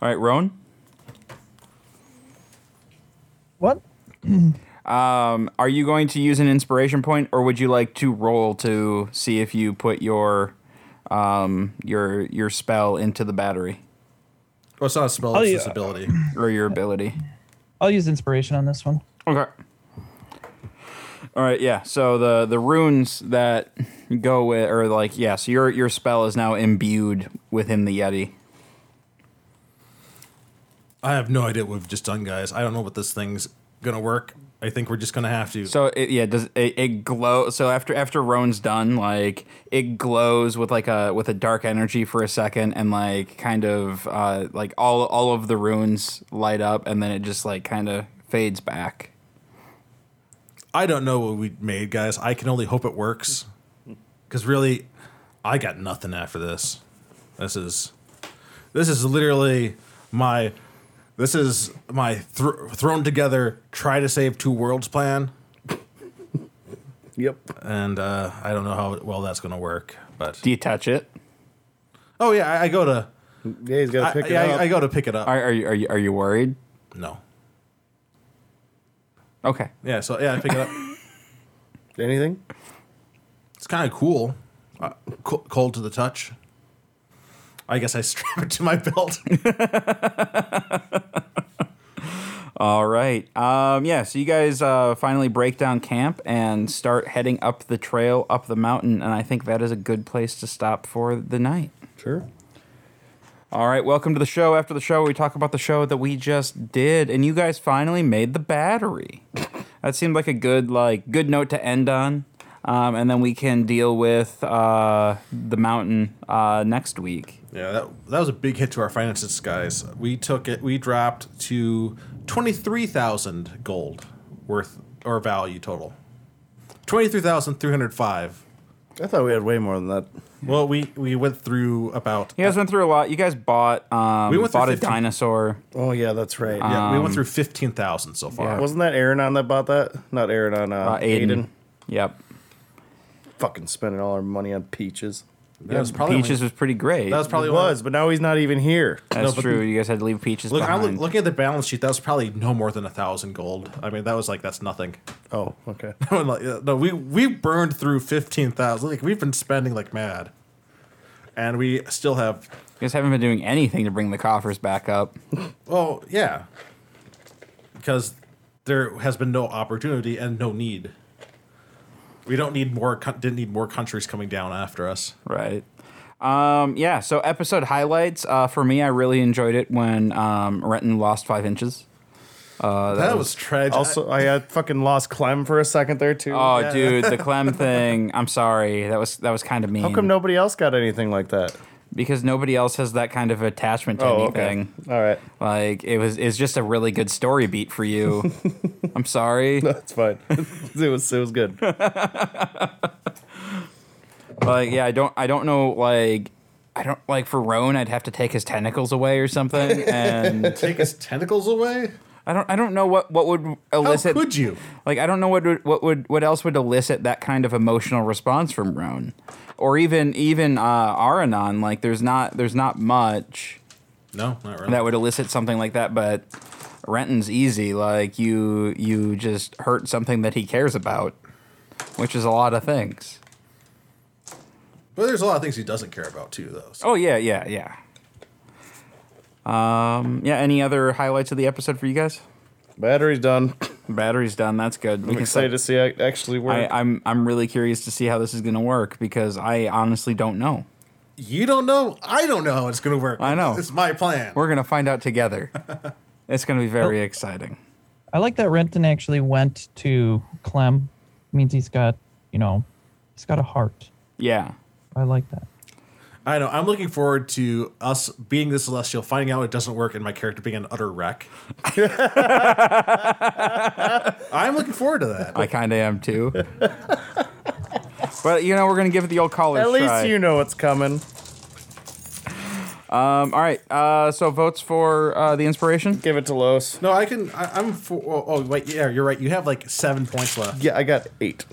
[SPEAKER 2] right, Roan.
[SPEAKER 3] What?
[SPEAKER 2] Um, are you going to use an inspiration point, or would you like to roll to see if you put your um, your your spell into the battery
[SPEAKER 1] well, it's not a spell,
[SPEAKER 3] Oh,
[SPEAKER 1] it's
[SPEAKER 3] yeah.
[SPEAKER 1] just ability.
[SPEAKER 2] or your ability?
[SPEAKER 3] I'll use inspiration on this one.
[SPEAKER 2] Okay. All right, yeah. So the the runes that go with, or like, yes, your your spell is now imbued within the yeti.
[SPEAKER 1] I have no idea what we've just done, guys. I don't know what this thing's gonna work. I think we're just gonna have to.
[SPEAKER 2] So it, yeah, does it, it glow? So after after Roan's done, like it glows with like a with a dark energy for a second, and like kind of uh, like all all of the runes light up, and then it just like kind of fades back.
[SPEAKER 1] I don't know what we made, guys. I can only hope it works. Because really, I got nothing after this. This is, this is literally my, this is my thr thrown together try to save two worlds plan,
[SPEAKER 4] yep.
[SPEAKER 1] and uh, I don't know how well that's gonna work. But
[SPEAKER 2] Do you touch it?
[SPEAKER 1] oh yeah, I, I go to,
[SPEAKER 4] Yeah, he's
[SPEAKER 1] I,
[SPEAKER 4] gotta pick it
[SPEAKER 1] I,
[SPEAKER 4] up.
[SPEAKER 1] I go to pick it up.
[SPEAKER 2] Are, are you are you are you worried?
[SPEAKER 1] No.
[SPEAKER 2] Okay.
[SPEAKER 1] Yeah, so yeah, I pick it
[SPEAKER 2] (laughs)
[SPEAKER 1] up.
[SPEAKER 4] Anything?
[SPEAKER 1] It's kind of cool. Uh, co- cold to the touch. I guess I strap it to my
[SPEAKER 2] (laughs)
[SPEAKER 1] belt.
[SPEAKER 2] All right. Um, yeah. So you guys uh, finally break down camp and start heading up the trail up the mountain, and I think that is a good place to stop for the night.
[SPEAKER 4] Sure.
[SPEAKER 2] All right, welcome to the show. After the show, we talk about the show that we just did, and you guys finally made the battery. That seemed like a good like good note to end on, um, and then we can deal with uh, the mountain uh, next week.
[SPEAKER 1] yeah, that, that was a big hit to our finances, guys. We took it. We dropped to twenty three thousand gold worth or value total. Twenty three thousand three hundred five.
[SPEAKER 4] I thought we had way more than that.
[SPEAKER 1] Well, we we went through about
[SPEAKER 2] You guys went through a lot. You guys bought um,
[SPEAKER 1] We went through
[SPEAKER 2] bought a
[SPEAKER 1] 15
[SPEAKER 2] dinosaur.
[SPEAKER 4] Oh yeah, that's right.
[SPEAKER 1] yeah, we went through fifteen thousand so far.
[SPEAKER 2] Um, yeah.
[SPEAKER 4] Wasn't that Aaron on that bought that? Not Aaron on uh,
[SPEAKER 2] Uh, Aiden.
[SPEAKER 4] Aiden.
[SPEAKER 2] Yep.
[SPEAKER 4] Fucking spending all our money on peaches.
[SPEAKER 1] That was probably
[SPEAKER 2] Peaches
[SPEAKER 1] only-
[SPEAKER 2] was pretty great.
[SPEAKER 1] that was probably
[SPEAKER 4] It
[SPEAKER 1] only-
[SPEAKER 4] was, but now he's not even here.
[SPEAKER 2] That's
[SPEAKER 1] No, but-
[SPEAKER 2] true. You guys had to leave Peaches
[SPEAKER 1] Look, I'm
[SPEAKER 2] behind.
[SPEAKER 1] look- looking at the balance sheet. That was probably no more than a thousand gold. I mean, that was like that's nothing. (laughs)
[SPEAKER 4] Oh, okay.
[SPEAKER 1] I'm like, yeah, no, we we burned through fifteen thousand. Like we've been spending like mad, and we still have.
[SPEAKER 2] you guys haven't been doing anything to bring the coffers back up.
[SPEAKER 1] Oh yeah, because there has been no opportunity and no need. We don't need more. co- Didn't need more countries coming down after us.
[SPEAKER 2] Right. Um, yeah. So episode highlights. Uh, for me, I really enjoyed it when um, Renton lost five inches.
[SPEAKER 1] that, was, tragic.
[SPEAKER 4] Also, I uh, fucking lost Clem for a second there too.
[SPEAKER 2] Oh, dude, the Clem thing. I'm sorry. That was that was kind of mean.
[SPEAKER 4] How come nobody else got anything like that?
[SPEAKER 2] Because nobody else has that kind of attachment to
[SPEAKER 4] Oh, okay.
[SPEAKER 2] anything.
[SPEAKER 4] All right, (laughs)
[SPEAKER 2] Like it was. It's just a really good story beat for you. I'm sorry.
[SPEAKER 4] that's fine. (laughs) it was it was good.
[SPEAKER 2] (laughs) Like yeah, I don't I don't know like I don't like for Roan I'd have to take his tentacles away
[SPEAKER 1] (laughs)
[SPEAKER 2] or something and
[SPEAKER 1] take his tentacles away.
[SPEAKER 2] I don't I don't know what what would
[SPEAKER 1] How
[SPEAKER 2] elicit
[SPEAKER 1] could you?
[SPEAKER 2] like I don't know what would, what would what else would elicit that kind of emotional response from Roan or even even uh Aranon like there's not there's not much
[SPEAKER 1] No, not really.
[SPEAKER 2] that would elicit something like that but Renton's easy like you you just hurt something that he cares about which is a lot of things.
[SPEAKER 1] but there's a lot of things he doesn't care about too, though. So.
[SPEAKER 2] Oh yeah, yeah, yeah. Um, yeah. Any other highlights of the episode for you guys?
[SPEAKER 4] Battery's done.
[SPEAKER 2] Battery's done. That's good. We
[SPEAKER 4] I'm excited to see it actually
[SPEAKER 2] I,
[SPEAKER 4] work.
[SPEAKER 2] I'm I'm really curious to see how this is gonna work because I honestly don't know.
[SPEAKER 1] You don't know. I don't know how it's going to work.
[SPEAKER 2] I know.
[SPEAKER 1] It's my plan.
[SPEAKER 2] We're gonna find out
[SPEAKER 4] (laughs)
[SPEAKER 2] together. it's gonna be
[SPEAKER 4] Oh.
[SPEAKER 2] very exciting.
[SPEAKER 3] I like that Renton actually went to Clem. means he's got, you know, he's got a heart.
[SPEAKER 2] Yeah.
[SPEAKER 3] I like that.
[SPEAKER 1] I know. I'm looking forward to us being the celestial, finding out it doesn't work, and my character being an utter
[SPEAKER 4] (laughs)
[SPEAKER 1] wreck. I'm looking forward to that.
[SPEAKER 2] I kind of am
[SPEAKER 4] (laughs)
[SPEAKER 2] too. but you know we're gonna give it the old college.
[SPEAKER 4] At least
[SPEAKER 2] try.
[SPEAKER 4] you know what's coming.
[SPEAKER 2] Um. All right. Uh. So votes for uh, the inspiration.
[SPEAKER 4] Give it to Los.
[SPEAKER 1] no, I can. I, I'm for. Oh, oh, wait. Yeah, you're right. You have like seven points left.
[SPEAKER 4] Yeah, I got eight.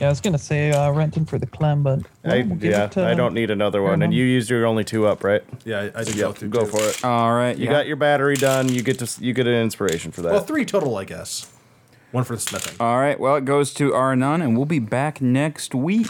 [SPEAKER 3] Yeah, I was gonna say uh, Renton for the Clem, but
[SPEAKER 4] I,
[SPEAKER 3] we'll give
[SPEAKER 4] yeah,
[SPEAKER 3] it to-
[SPEAKER 4] I don't need another one. And
[SPEAKER 3] enough.
[SPEAKER 4] you used your only two up, right?
[SPEAKER 1] Yeah, I, I did
[SPEAKER 4] Yeah,
[SPEAKER 1] through
[SPEAKER 4] go
[SPEAKER 1] two.
[SPEAKER 4] for it.
[SPEAKER 2] All right.
[SPEAKER 4] You got your battery done. You get to s- you get an inspiration for that.
[SPEAKER 1] Well, three total, I guess. One for the smithing.
[SPEAKER 2] All right. Well, it goes to Arnon, and we'll be back next week.